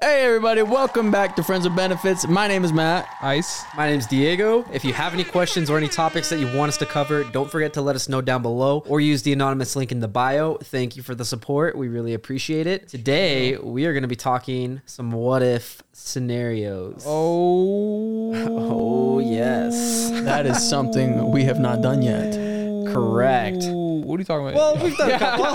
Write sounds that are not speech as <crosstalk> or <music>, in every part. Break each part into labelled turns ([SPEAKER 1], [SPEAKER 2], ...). [SPEAKER 1] Hey everybody, welcome back to Friends with Benefits. My name is Matt.
[SPEAKER 2] Ice.
[SPEAKER 3] My name's Diego. If you have any questions or any topics that you want us to cover, don't forget to let us know down below or use the anonymous link in the bio. Thank you for the support. We really appreciate it. Today, we are going to be talking some what if scenarios.
[SPEAKER 2] Oh.
[SPEAKER 3] Oh, yes.
[SPEAKER 1] That is something we have not done yet.
[SPEAKER 3] Correct.
[SPEAKER 2] What are you talking about?
[SPEAKER 3] Well, we've done a couple.
[SPEAKER 2] <laughs>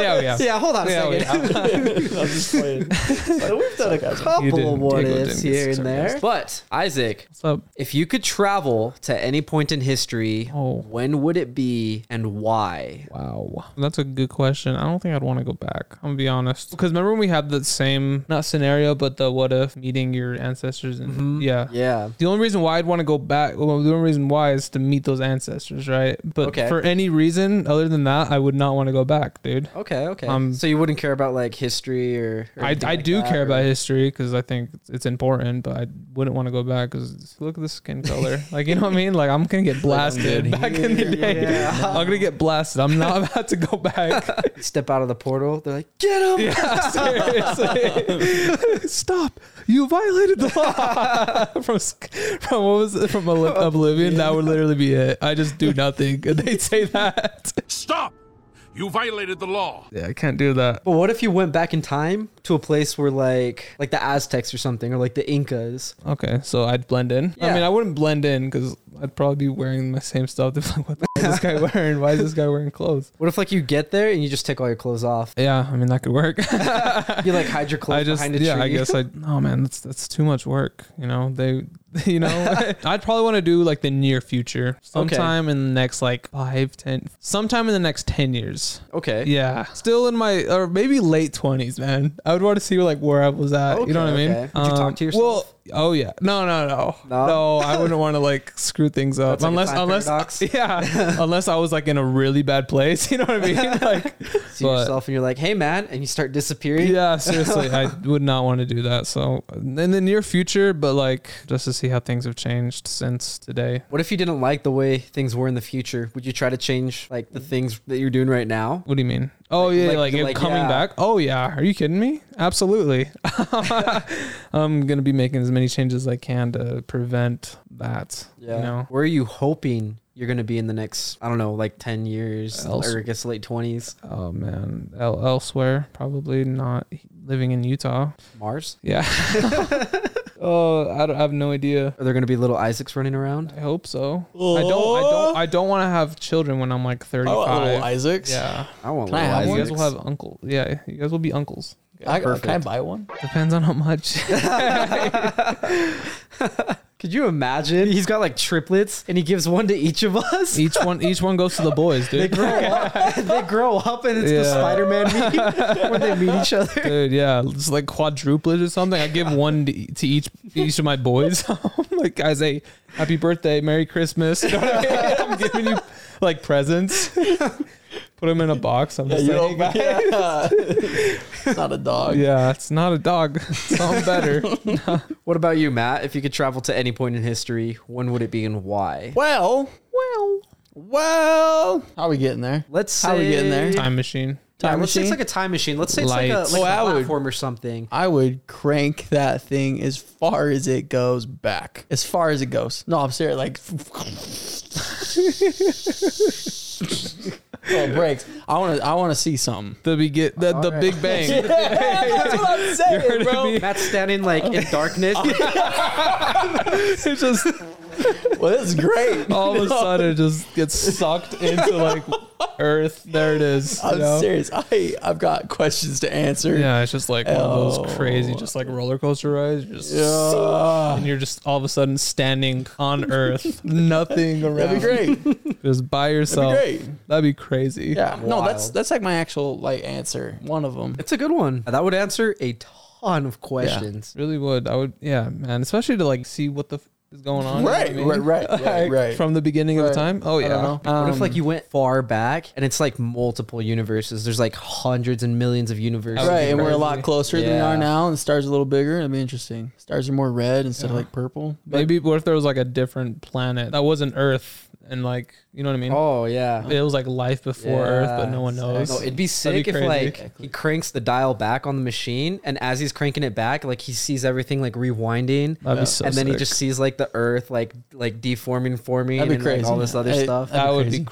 [SPEAKER 2] yeah, yeah.
[SPEAKER 3] yeah, hold on a
[SPEAKER 2] Yeah, we
[SPEAKER 3] second. <laughs> so we've done a
[SPEAKER 2] You
[SPEAKER 3] couple
[SPEAKER 2] didn't.
[SPEAKER 3] of what
[SPEAKER 2] Diego
[SPEAKER 3] ifs
[SPEAKER 2] didn't.
[SPEAKER 3] here and there.
[SPEAKER 2] Sarcastic.
[SPEAKER 3] But, Isaac,
[SPEAKER 2] What's up?
[SPEAKER 3] if you could travel to any point in history,
[SPEAKER 2] Oh.
[SPEAKER 3] when would it be and why?
[SPEAKER 2] Wow. That's a good question. I don't think I'd want to go back. I'm going to be honest. Because remember when we had the same, not scenario, but the what if meeting your ancestors? and Yeah.
[SPEAKER 3] Yeah.
[SPEAKER 2] The only reason why I'd want to go back, well, the only reason why is to meet those ancestors, right? But
[SPEAKER 3] Okay.
[SPEAKER 2] for any reason other than that, I would not want to go back, dude.
[SPEAKER 3] Okay, okay.
[SPEAKER 2] Um,
[SPEAKER 3] so you wouldn't care about like history or, or
[SPEAKER 2] I,
[SPEAKER 3] anything
[SPEAKER 2] I
[SPEAKER 3] like
[SPEAKER 2] do
[SPEAKER 3] that,
[SPEAKER 2] care
[SPEAKER 3] or-
[SPEAKER 2] about history because I think it's- it's important, but I wouldn't want to go back because look at the skin <laughs> color. like, you know what I mean? Like, I'm going to get blasted back in the day. I'm going to get blasted. I'm <laughs> not about to go back. <laughs>
[SPEAKER 3] step out of the portal. They're like, get him.
[SPEAKER 2] yeah, seriously. Stop. You violated the <laughs> law. from, sk- from what was it? From Oli- Oblivion. That would literally be it. I just do nothing. <laughs> And they'd say that.
[SPEAKER 4] Stop! You violated the law.
[SPEAKER 2] yeah, I can't do that.
[SPEAKER 3] But what if you went back in time to a place where like like the Aztecs or something or like the Incas?
[SPEAKER 2] Okay, so I'd blend in. I
[SPEAKER 3] Yeah.
[SPEAKER 2] mean, I wouldn't blend in because I'd probably be wearing my same stuff. <laughs> They'd be like, what the hell is this
[SPEAKER 3] <laughs>
[SPEAKER 2] guy wearing? Why is this guy wearing clothes?
[SPEAKER 3] What if like you get there and you just take all your clothes
[SPEAKER 2] <laughs>
[SPEAKER 3] off?
[SPEAKER 2] Yeah, I mean that could work.
[SPEAKER 3] You like hide your clothes
[SPEAKER 2] <laughs> I just,
[SPEAKER 3] behind a
[SPEAKER 2] yeah,
[SPEAKER 3] tree.
[SPEAKER 2] I guess I. Oh man, that's that's too much work. You know, they, <laughs>
[SPEAKER 3] <laughs>
[SPEAKER 2] you know, I'd probably want to do like the near future, sometime in the next like five, ten, sometime in the next ten years.
[SPEAKER 3] <laughs> okay.
[SPEAKER 2] Yeah, still in my or maybe late twenties, man. I would want to see like where I was at. you know what
[SPEAKER 3] Okay,
[SPEAKER 2] I mean?
[SPEAKER 3] okay. Would you talk to yourself?
[SPEAKER 2] Well, oh yeah, no, no, no, no.
[SPEAKER 3] No?
[SPEAKER 2] I wouldn't want to like screw things up
[SPEAKER 3] That's like a
[SPEAKER 2] unless
[SPEAKER 3] time
[SPEAKER 2] unless
[SPEAKER 3] paradox.
[SPEAKER 2] <laughs> yeah, unless I was like in a really bad place. <laughs> You know what
[SPEAKER 3] <laughs>
[SPEAKER 2] I mean? Like,
[SPEAKER 3] See
[SPEAKER 2] but-
[SPEAKER 3] yourself and you're like, hey man, and you start disappearing.
[SPEAKER 2] yeah, seriously, I would not want to do that. So in the near future, but like just to see how things have changed since today.
[SPEAKER 3] What if you didn't like the way things were in the future? Would you try to change like the things that you're doing right now?
[SPEAKER 2] What do you mean? Oh yeah,
[SPEAKER 3] like-
[SPEAKER 2] like, it
[SPEAKER 3] like,
[SPEAKER 2] coming
[SPEAKER 3] yeah.
[SPEAKER 2] back. Oh yeah, are you kidding me? Absolutely. <laughs> I'm gonna be making as many changes as I can to prevent that.
[SPEAKER 3] Yeah.
[SPEAKER 2] You know.
[SPEAKER 3] Where are you hoping you're going to be in the next, I don't know, like 10 years
[SPEAKER 2] Else-
[SPEAKER 3] or I guess late 20s?
[SPEAKER 2] Oh man, El- elsewhere probably not living in Utah.
[SPEAKER 3] Mars?
[SPEAKER 2] Yeah. <laughs> oh, I, don't, I have no idea.
[SPEAKER 3] Are there going to be little Isaacs running around?
[SPEAKER 2] I hope so. I don't. I don't. I don't want to have children when I'm like 35.
[SPEAKER 1] Oh, little Isaacs.
[SPEAKER 2] Yeah.
[SPEAKER 3] I want
[SPEAKER 1] Can I
[SPEAKER 3] little
[SPEAKER 1] have
[SPEAKER 2] You
[SPEAKER 3] Isaacs.
[SPEAKER 2] guys will have uncle. Yeah, you guys will be uncles.
[SPEAKER 1] I, oh, can I buy one?
[SPEAKER 2] Depends on
[SPEAKER 3] <laughs>
[SPEAKER 2] how much.
[SPEAKER 3] Could you imagine? He's got like triplets and he gives one to each
[SPEAKER 1] <laughs>
[SPEAKER 3] of us.
[SPEAKER 2] each one, each one goes to the boys,
[SPEAKER 3] They
[SPEAKER 2] dude.
[SPEAKER 3] grow up. <laughs> they grow up and it's the
[SPEAKER 1] <laughs>
[SPEAKER 2] Yeah.
[SPEAKER 3] Spider-Man meeting when they meet each other.
[SPEAKER 2] Dude, yeah, it's like quadruplet or something. I give one to, to each each of my boys. <laughs> I'm like, I say, "Happy birthday, Merry Christmas." <laughs> You know what I mean? I'm giving you like presents. <laughs> Put them in a box. I'm just like,
[SPEAKER 1] <laughs> it's not a dog.
[SPEAKER 2] yeah, it's not a dog. It's not better.
[SPEAKER 3] What about you, Matt? If you could travel to any point in history, when would it be and why?
[SPEAKER 1] Well, well, well. How are we getting there?
[SPEAKER 3] Let's say
[SPEAKER 1] How we getting there?
[SPEAKER 2] Time machine.
[SPEAKER 3] Yeah,
[SPEAKER 1] Time
[SPEAKER 3] let's say it's
[SPEAKER 1] machine?
[SPEAKER 3] like a time machine. Let's say it's
[SPEAKER 2] Lights.
[SPEAKER 3] like a, like
[SPEAKER 1] Oh, I
[SPEAKER 3] a
[SPEAKER 1] would-
[SPEAKER 3] platform or something.
[SPEAKER 1] I would crank that thing as far as it goes back. As far as it goes. No, I'm serious. Like, <laughs> oh, breaks. I want to. I want to see <laughs> something.
[SPEAKER 2] The begin. The, the
[SPEAKER 3] right.
[SPEAKER 1] <laughs>
[SPEAKER 2] Big Bang.
[SPEAKER 1] That's what I'm saying,
[SPEAKER 2] You're gonna
[SPEAKER 3] Matt's standing
[SPEAKER 1] <laughs>
[SPEAKER 3] like in darkness.
[SPEAKER 1] Oh,
[SPEAKER 2] It's just
[SPEAKER 1] Well, this is great.
[SPEAKER 2] <laughs> all of
[SPEAKER 1] <laughs>
[SPEAKER 2] a sudden it just gets sucked into like earth there it is you
[SPEAKER 1] I'm
[SPEAKER 2] know?
[SPEAKER 1] serious. I I've got questions to answer.
[SPEAKER 2] yeah it's just like one of those
[SPEAKER 1] Oh.
[SPEAKER 2] crazy just like roller coaster rides you're just
[SPEAKER 1] Yeah.
[SPEAKER 2] and you're just all of a sudden standing
[SPEAKER 1] <laughs>
[SPEAKER 2] on earth nothing around
[SPEAKER 1] That'd be
[SPEAKER 2] <laughs>
[SPEAKER 1] great.
[SPEAKER 2] just by yourself
[SPEAKER 1] great.
[SPEAKER 2] that'd be crazy
[SPEAKER 1] Yeah. No, that's
[SPEAKER 3] Wild.
[SPEAKER 1] that's like my actual like answer. One of them.
[SPEAKER 3] It's a good one. Uh, That would answer a ton of questions.
[SPEAKER 2] really would i would yeah man especially to like see what the f- is going on you know what I
[SPEAKER 1] Right,
[SPEAKER 2] mean?
[SPEAKER 1] right, <laughs> right, right, right.
[SPEAKER 2] from the beginning of
[SPEAKER 1] Right.
[SPEAKER 2] the time oh
[SPEAKER 1] I
[SPEAKER 2] yeah Um,
[SPEAKER 1] don't know.
[SPEAKER 3] What if like you went far back and it's like multiple universes? There's like hundreds and millions of universes.
[SPEAKER 1] Right, and we're a
[SPEAKER 2] crazy.
[SPEAKER 1] lot closer than we
[SPEAKER 3] Yeah.
[SPEAKER 1] are now, and the stars are a little bigger. It'd be interesting. Stars are more red instead of like purple. But
[SPEAKER 2] Maybe what if there was like a different planet that wasn't Earth and like you know what I mean.
[SPEAKER 3] Oh yeah.
[SPEAKER 2] It was like life before
[SPEAKER 3] Yeah.
[SPEAKER 2] Earth, but no one knows.
[SPEAKER 3] No, it'd be
[SPEAKER 2] That'd
[SPEAKER 3] sick
[SPEAKER 2] be
[SPEAKER 3] if
[SPEAKER 2] crazy.
[SPEAKER 3] like he cranks the dial back on the machine, and as he's cranking it back, like he sees everything like rewinding,
[SPEAKER 2] That'd be so
[SPEAKER 3] and then he
[SPEAKER 2] sick.
[SPEAKER 3] just sees like the Earth like like deforming, forming,
[SPEAKER 1] That'd be
[SPEAKER 3] and like, all
[SPEAKER 1] crazy.
[SPEAKER 3] this other
[SPEAKER 1] I-
[SPEAKER 3] stuff.
[SPEAKER 1] I-
[SPEAKER 2] that would
[SPEAKER 1] crazy.
[SPEAKER 2] be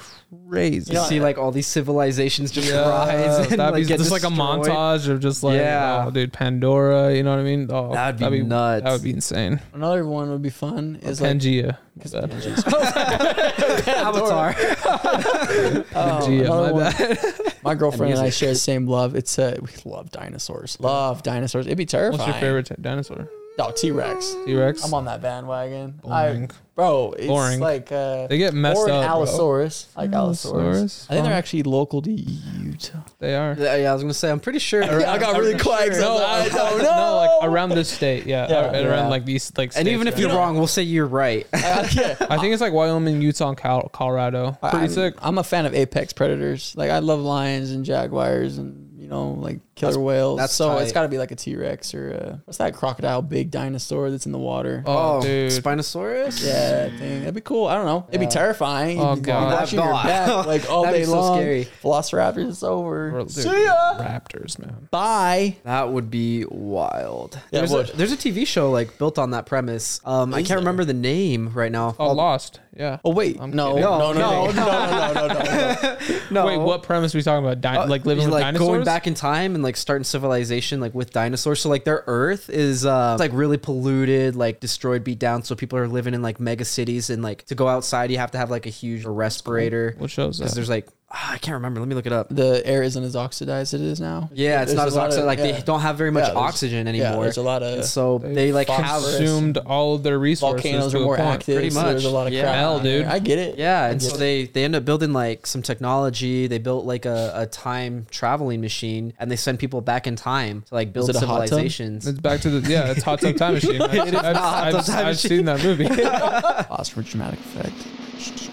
[SPEAKER 2] crazy.
[SPEAKER 3] you see like all these civilizations just rise.
[SPEAKER 2] Yeah,
[SPEAKER 3] And,
[SPEAKER 2] <laughs> that'd
[SPEAKER 3] like,
[SPEAKER 2] be
[SPEAKER 3] get
[SPEAKER 2] just like a
[SPEAKER 3] destroyed.
[SPEAKER 2] montage of just like,
[SPEAKER 3] Yeah.
[SPEAKER 2] oh, dude, Pandora. You know what I mean? Oh,
[SPEAKER 3] That'd be nuts.
[SPEAKER 2] That would be insane.
[SPEAKER 1] Another one would be fun. Is like
[SPEAKER 2] Pangea. Bad.
[SPEAKER 3] <laughs>
[SPEAKER 2] <laughs>
[SPEAKER 3] Avatar.
[SPEAKER 1] Oh,
[SPEAKER 2] Pangea,
[SPEAKER 1] another
[SPEAKER 2] my
[SPEAKER 1] one.
[SPEAKER 2] bad.
[SPEAKER 1] My girlfriend and I
[SPEAKER 3] music.
[SPEAKER 1] share the same love. It's uh, we love dinosaurs. Love dinosaurs. It'd be terrifying.
[SPEAKER 2] What's your favorite t- dinosaur? Oh,
[SPEAKER 1] Oh, T Rex.
[SPEAKER 2] T Rex.
[SPEAKER 1] I'm on that bandwagon. I,
[SPEAKER 2] Boring.
[SPEAKER 1] bro, it's
[SPEAKER 2] Boring.
[SPEAKER 1] like uh,
[SPEAKER 2] They get messed
[SPEAKER 1] or an
[SPEAKER 2] up, bro.
[SPEAKER 1] Allosaurus. I Like Allosaurus.
[SPEAKER 2] Allosaurus?
[SPEAKER 1] I think they're actually local to Utah.
[SPEAKER 2] They are.
[SPEAKER 3] Yeah, yeah, I was gonna say I'm pretty
[SPEAKER 1] <laughs>
[SPEAKER 3] sure.
[SPEAKER 2] <laughs>
[SPEAKER 1] I got really quiet. 'cause I was like, I don't
[SPEAKER 2] No,
[SPEAKER 1] know.
[SPEAKER 2] like
[SPEAKER 1] <laughs>
[SPEAKER 2] around this state. Yeah,
[SPEAKER 1] Yeah.
[SPEAKER 2] ar- around
[SPEAKER 3] Yeah.
[SPEAKER 2] like these like.
[SPEAKER 3] and
[SPEAKER 2] states,
[SPEAKER 3] even if
[SPEAKER 2] right?
[SPEAKER 3] you're wrong, we'll say you're
[SPEAKER 2] <laughs>
[SPEAKER 3] right.
[SPEAKER 2] Oh,
[SPEAKER 1] yeah.
[SPEAKER 2] I think it's like Wyoming, Utah, and Col- Colorado. Pretty
[SPEAKER 1] I'm,
[SPEAKER 2] sick.
[SPEAKER 1] I'm a fan of apex predators. Like I love lions and jaguars and you know like killer whales.
[SPEAKER 3] that's
[SPEAKER 1] so
[SPEAKER 3] tight.
[SPEAKER 1] it's got to be like a T Rex or a, what's that crocodile big dinosaur that's in the water.
[SPEAKER 2] Oh, dude.
[SPEAKER 3] Spinosaurus.
[SPEAKER 1] Yeah, that thing. That'd be cool. I don't know. It'd be terrifying.
[SPEAKER 2] Oh,
[SPEAKER 1] You'd be
[SPEAKER 2] God.
[SPEAKER 1] watching your
[SPEAKER 3] God.
[SPEAKER 1] back like all
[SPEAKER 3] That'd
[SPEAKER 1] day
[SPEAKER 3] be so
[SPEAKER 1] long.
[SPEAKER 3] scary.
[SPEAKER 1] Velociraptors, it's over.
[SPEAKER 2] Or, dude,
[SPEAKER 1] See ya.
[SPEAKER 2] Raptors, man.
[SPEAKER 1] Bye.
[SPEAKER 3] That would be wild.
[SPEAKER 1] Yeah, it
[SPEAKER 3] there's,
[SPEAKER 1] would.
[SPEAKER 3] A, there's a TV show like built on that premise. Um, I can't remember the name right now.
[SPEAKER 2] Oh, Lost. Yeah.
[SPEAKER 1] Oh wait,
[SPEAKER 2] I'm
[SPEAKER 1] no,
[SPEAKER 2] kidding.
[SPEAKER 1] no, no,
[SPEAKER 3] No,
[SPEAKER 1] no, no, no, no, no, no.
[SPEAKER 3] no. Uh,
[SPEAKER 2] Wait, what premise are we talking about? Di- like living
[SPEAKER 3] He's,
[SPEAKER 2] with
[SPEAKER 3] like
[SPEAKER 2] dinosaurs?
[SPEAKER 3] going back in time and like starting civilization like with dinosaurs. So like their Earth is uh, like really polluted, like destroyed, beat down. So people are living in like mega cities and like to go outside you have to have like a huge respirator.
[SPEAKER 2] What shows
[SPEAKER 3] Because
[SPEAKER 2] that?
[SPEAKER 3] there's like ah, I can't remember. Let me look it
[SPEAKER 1] <laughs>
[SPEAKER 3] up.
[SPEAKER 1] The air isn't as oxidized as it is now.
[SPEAKER 3] Yeah, it's
[SPEAKER 1] There's
[SPEAKER 3] not
[SPEAKER 1] a
[SPEAKER 3] as
[SPEAKER 1] lot
[SPEAKER 3] oxygen.
[SPEAKER 1] of-
[SPEAKER 3] like
[SPEAKER 1] yeah.
[SPEAKER 3] they don't have very much
[SPEAKER 1] Yeah, there's-
[SPEAKER 3] oxygen
[SPEAKER 1] yeah,
[SPEAKER 3] anymore.
[SPEAKER 1] there's a lot of-
[SPEAKER 3] And so they, like have
[SPEAKER 2] consumed all of their resources.
[SPEAKER 1] Volcanoes
[SPEAKER 2] to
[SPEAKER 1] are
[SPEAKER 2] a
[SPEAKER 1] more
[SPEAKER 2] point.
[SPEAKER 1] active.
[SPEAKER 3] pretty
[SPEAKER 1] so there's
[SPEAKER 3] much.
[SPEAKER 1] a lot of
[SPEAKER 3] Yeah.
[SPEAKER 1] crap.
[SPEAKER 2] Hell,
[SPEAKER 1] on there.
[SPEAKER 2] dude.
[SPEAKER 1] I get it.
[SPEAKER 3] Yeah,
[SPEAKER 1] I
[SPEAKER 3] and
[SPEAKER 1] get
[SPEAKER 3] so
[SPEAKER 1] it.
[SPEAKER 3] they they end up building like some technology. They built like a, a time traveling machine, and they send people back in time to like build
[SPEAKER 1] it a hot tub?
[SPEAKER 3] civilizations.
[SPEAKER 2] It's back to the yeah. It's hot tub
[SPEAKER 1] <laughs>
[SPEAKER 2] time machine. I've,
[SPEAKER 3] Hot
[SPEAKER 2] I've,
[SPEAKER 3] Tub
[SPEAKER 2] I've-
[SPEAKER 3] Time
[SPEAKER 2] I've
[SPEAKER 3] Machine.
[SPEAKER 2] seen that movie.
[SPEAKER 1] pause for dramatic effect.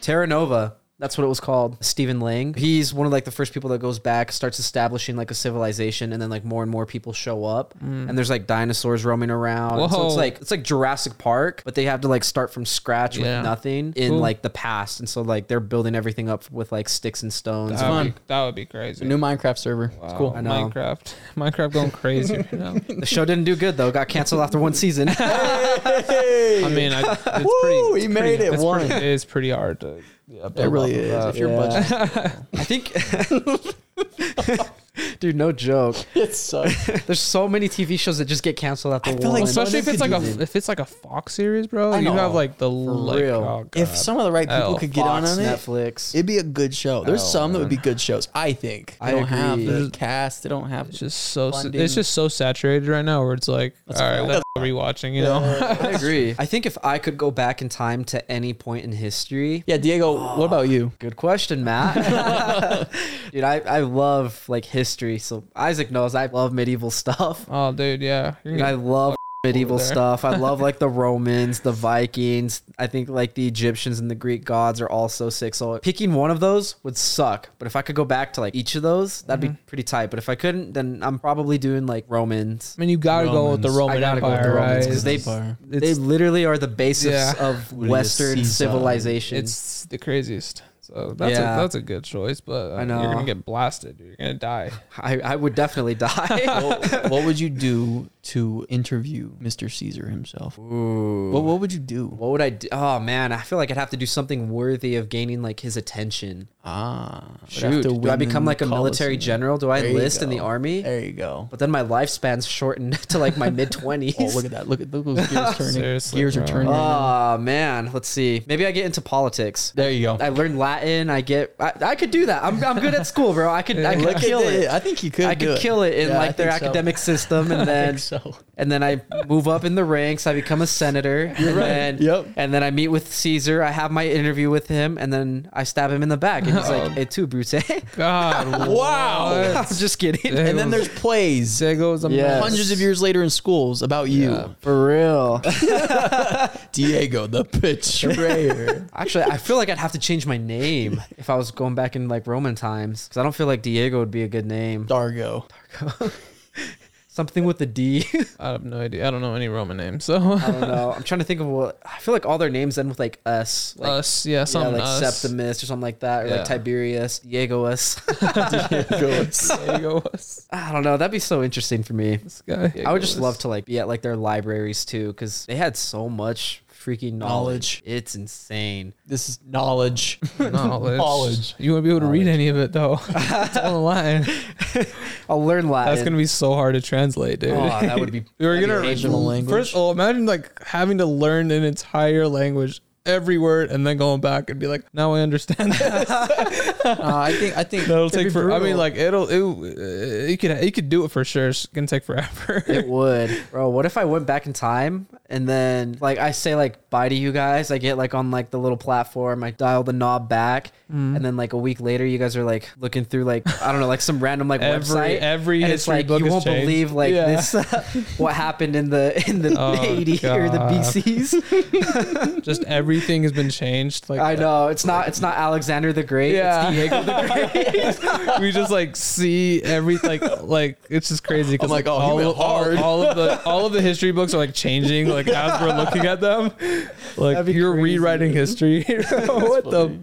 [SPEAKER 3] Terra Nova. That's what it was called. Stephen Lang. He's one of like the first people that goes back, starts establishing like a civilization, and then like more and more people show up. And there's like dinosaurs roaming around. And So it's
[SPEAKER 2] Whoa.
[SPEAKER 3] like it's like Jurassic Park, but they have to like start from scratch
[SPEAKER 2] Yeah.
[SPEAKER 3] with nothing in
[SPEAKER 2] Cool.
[SPEAKER 3] like the past. And so like they're building everything up with like sticks and stones.
[SPEAKER 2] that,
[SPEAKER 1] fun.
[SPEAKER 2] Would be, that would be crazy.
[SPEAKER 1] New Minecraft server. It's
[SPEAKER 2] Wow,
[SPEAKER 1] cool.
[SPEAKER 3] I know.
[SPEAKER 2] Minecraft. Minecraft going crazy right now.
[SPEAKER 3] The show didn't do good though. Got canceled after one season.
[SPEAKER 2] I mean, I,
[SPEAKER 1] <laughs>
[SPEAKER 2] it's pretty.
[SPEAKER 1] Woo, he
[SPEAKER 2] it's
[SPEAKER 1] made
[SPEAKER 2] pretty-
[SPEAKER 1] it
[SPEAKER 2] it's
[SPEAKER 1] one.
[SPEAKER 2] Pretty, it is pretty hard to. Yeah,
[SPEAKER 1] It really is. If your budget,
[SPEAKER 3] I think. <laughs> Dude, no joke.
[SPEAKER 1] it sucks.
[SPEAKER 3] There's so many TV shows that just get canceled after
[SPEAKER 1] I feel
[SPEAKER 3] one.
[SPEAKER 1] like
[SPEAKER 2] Especially if
[SPEAKER 1] Someone
[SPEAKER 2] it's
[SPEAKER 1] could
[SPEAKER 2] like a
[SPEAKER 1] do
[SPEAKER 2] if it's like a Fox series, bro.
[SPEAKER 1] I
[SPEAKER 2] You
[SPEAKER 1] know.
[SPEAKER 2] have like the like,
[SPEAKER 3] real.
[SPEAKER 2] oh, God.
[SPEAKER 1] If some of the right people
[SPEAKER 2] Oh,
[SPEAKER 1] could get
[SPEAKER 3] Fox,
[SPEAKER 1] on it,
[SPEAKER 3] Netflix.
[SPEAKER 1] It'd be a good show. There's
[SPEAKER 2] Oh,
[SPEAKER 1] some that would be
[SPEAKER 2] man.
[SPEAKER 1] good shows. I think. They
[SPEAKER 3] I
[SPEAKER 1] don't have
[SPEAKER 3] agree.
[SPEAKER 1] the cast. They don't have.
[SPEAKER 2] it's just so sa-
[SPEAKER 1] Funding.
[SPEAKER 2] it's just so saturated right now, where it's like, all right, let's rewatching. You know,
[SPEAKER 3] <laughs>
[SPEAKER 2] <laughs>
[SPEAKER 3] I agree. I think if I could go back in time to any point in history.
[SPEAKER 1] Yeah, Diego. What about you?
[SPEAKER 3] Good question, Matt. <laughs> Dude, I, I love like history. So Isaac knows I love medieval stuff.
[SPEAKER 2] oh, dude, yeah. You're
[SPEAKER 3] Dude,
[SPEAKER 2] gonna
[SPEAKER 3] I love medieval
[SPEAKER 2] there.
[SPEAKER 3] stuff. I love like the Romans, the Vikings. I think like the Egyptians and the Greek gods are also sick. So picking one of those would suck. But if I could go back to like each of those, that'd be pretty tight. But if I couldn't, then I'm probably doing like Romans.
[SPEAKER 2] I mean, you gotta go with the
[SPEAKER 1] Romans.
[SPEAKER 2] Roman
[SPEAKER 3] I gotta go with the
[SPEAKER 2] Empire,
[SPEAKER 3] Romans
[SPEAKER 2] right?
[SPEAKER 3] 'cause they
[SPEAKER 1] Empire.
[SPEAKER 3] they
[SPEAKER 2] It's-
[SPEAKER 3] literally are the basis
[SPEAKER 2] Yeah.
[SPEAKER 3] of
[SPEAKER 1] you
[SPEAKER 3] Western
[SPEAKER 1] Caesar?
[SPEAKER 3] civilization.
[SPEAKER 2] it's the craziest. So that's
[SPEAKER 3] Yeah.
[SPEAKER 2] a that's a good choice, but uh,
[SPEAKER 3] I know.
[SPEAKER 2] you're gonna get blasted. You're
[SPEAKER 3] <laughs>
[SPEAKER 2] gonna die.
[SPEAKER 3] I, I would
[SPEAKER 1] <laughs>
[SPEAKER 3] definitely die.
[SPEAKER 1] what, what would you do to interview Mr. Caesar himself? What, what would you do?
[SPEAKER 3] what would I do? Oh man, I feel like I'd have to do something worthy of gaining like his attention.
[SPEAKER 1] Ah, would have
[SPEAKER 3] Shoot,
[SPEAKER 1] to
[SPEAKER 3] do I
[SPEAKER 1] win
[SPEAKER 3] become
[SPEAKER 1] the
[SPEAKER 3] like a military
[SPEAKER 1] Colosseum.
[SPEAKER 3] general? Do I
[SPEAKER 1] There you
[SPEAKER 3] enlist in the
[SPEAKER 1] go.
[SPEAKER 3] army?
[SPEAKER 1] There you go.
[SPEAKER 3] But then my lifespan's shortened <laughs> to like
[SPEAKER 1] <laughs>
[SPEAKER 3] my mid
[SPEAKER 1] Oh, look
[SPEAKER 3] twenties.
[SPEAKER 1] at that! Look at look at those gears turning.
[SPEAKER 2] Seriously,
[SPEAKER 1] gears are
[SPEAKER 2] bro.
[SPEAKER 1] turning.
[SPEAKER 3] Oh man, let's see. Maybe I get into politics.
[SPEAKER 1] there you go.
[SPEAKER 3] I learned Latin. I get. I, I could do that. I'm, I'm good at school, bro. I could. I could kill it.
[SPEAKER 1] I think you could.
[SPEAKER 3] I
[SPEAKER 1] do
[SPEAKER 3] could kill it in
[SPEAKER 1] Yeah, I
[SPEAKER 3] like their
[SPEAKER 1] think so.
[SPEAKER 3] academic
[SPEAKER 1] <laughs>
[SPEAKER 3] system, and then
[SPEAKER 1] so.
[SPEAKER 3] and then I move up in the ranks. I become a senator. and Then,
[SPEAKER 1] Yep.
[SPEAKER 3] And then I meet with Caesar. I have my interview with him, and then I stab him in the back, and he's
[SPEAKER 1] Oh.
[SPEAKER 3] like, "Hey, too, Brute."
[SPEAKER 1] <laughs>
[SPEAKER 2] <laughs> God, wow.
[SPEAKER 3] <laughs> I'm just kidding.
[SPEAKER 1] And then there's plays. uh,
[SPEAKER 2] Dago's a
[SPEAKER 3] Yeah.
[SPEAKER 2] yeah.
[SPEAKER 1] Hundreds of years later in schools about you, <laughs>
[SPEAKER 3] For real.
[SPEAKER 1] Diego the <laughs> betrayer.
[SPEAKER 3] Actually, I feel like I'd have to change my name if I was going back in like Roman times because I don't feel like Diego would be a good name.
[SPEAKER 1] Dargo.
[SPEAKER 3] Something with a D. <laughs>
[SPEAKER 2] I have no idea. I don't know any Roman names. So <laughs>
[SPEAKER 3] I don't know. I'm trying to think of what. I feel like all their names end with like us. Like,
[SPEAKER 2] us, yeah,
[SPEAKER 3] Yeah,
[SPEAKER 2] something
[SPEAKER 3] like
[SPEAKER 2] us. <laughs>
[SPEAKER 3] Septimus or something like that, or
[SPEAKER 2] Yeah.
[SPEAKER 3] like Tiberius, Diego us.
[SPEAKER 2] There you go, us.
[SPEAKER 3] <laughs> I don't know. That'd be so interesting for me.
[SPEAKER 2] This guy.
[SPEAKER 3] I would just
[SPEAKER 2] <laughs>
[SPEAKER 3] love to like be at like their libraries too, because they had so much freaking knowledge.
[SPEAKER 1] Knowledge.
[SPEAKER 3] It's insane.
[SPEAKER 1] <laughs> This is <laughs> knowledge.
[SPEAKER 2] knowledge.
[SPEAKER 1] Knowledge.
[SPEAKER 2] You won't be able to read any of it though. <laughs> it's all online.
[SPEAKER 3] <laughs> I'll learn Latin.
[SPEAKER 2] That's gonna be so hard to translate, dude.
[SPEAKER 3] Oh, that would be.
[SPEAKER 2] we <laughs> were
[SPEAKER 3] that'd be
[SPEAKER 2] gonna
[SPEAKER 3] painful.
[SPEAKER 1] Original language.
[SPEAKER 2] First of all, imagine like having to learn an entire language, every word, and then going back and be like, now I understand that.
[SPEAKER 1] Uh, I think. I think
[SPEAKER 2] That'll
[SPEAKER 1] it'd be
[SPEAKER 2] take for. I mean,
[SPEAKER 1] brutal.
[SPEAKER 2] like it'll it, you could you could do it for sure. It's gonna take forever. <laughs>
[SPEAKER 3] It would, bro. What if I went back in time and then, like, I say like bye to you guys. I get like on like the little platform. I dial the knob back,
[SPEAKER 2] Mm-hmm.
[SPEAKER 3] and then like a week later, you guys are like looking through like I don't know, like some random like
[SPEAKER 2] Every-
[SPEAKER 3] website.
[SPEAKER 2] every
[SPEAKER 3] and
[SPEAKER 2] history
[SPEAKER 3] like
[SPEAKER 2] book
[SPEAKER 3] you
[SPEAKER 2] has
[SPEAKER 3] won't
[SPEAKER 2] changed.
[SPEAKER 3] believe like
[SPEAKER 2] Yeah.
[SPEAKER 3] this uh,
[SPEAKER 2] <laughs>
[SPEAKER 3] what happened in the in the
[SPEAKER 2] Oh,
[SPEAKER 3] eighty or the
[SPEAKER 2] God.
[SPEAKER 3] BCs.
[SPEAKER 2] Just everything has been changed. Like
[SPEAKER 3] I know it's not it's not Alexander the Great.
[SPEAKER 2] Yeah.
[SPEAKER 3] It's Diego the Great.
[SPEAKER 2] <laughs> we just like see every like like it's just crazy because
[SPEAKER 1] I'm like, oh, he
[SPEAKER 2] all,
[SPEAKER 1] went
[SPEAKER 2] of- all-
[SPEAKER 1] hard.
[SPEAKER 2] all of the all of the history books are like changing like as we're looking at them like
[SPEAKER 3] be
[SPEAKER 2] you're
[SPEAKER 3] crazy.
[SPEAKER 2] rewriting history <laughs> what the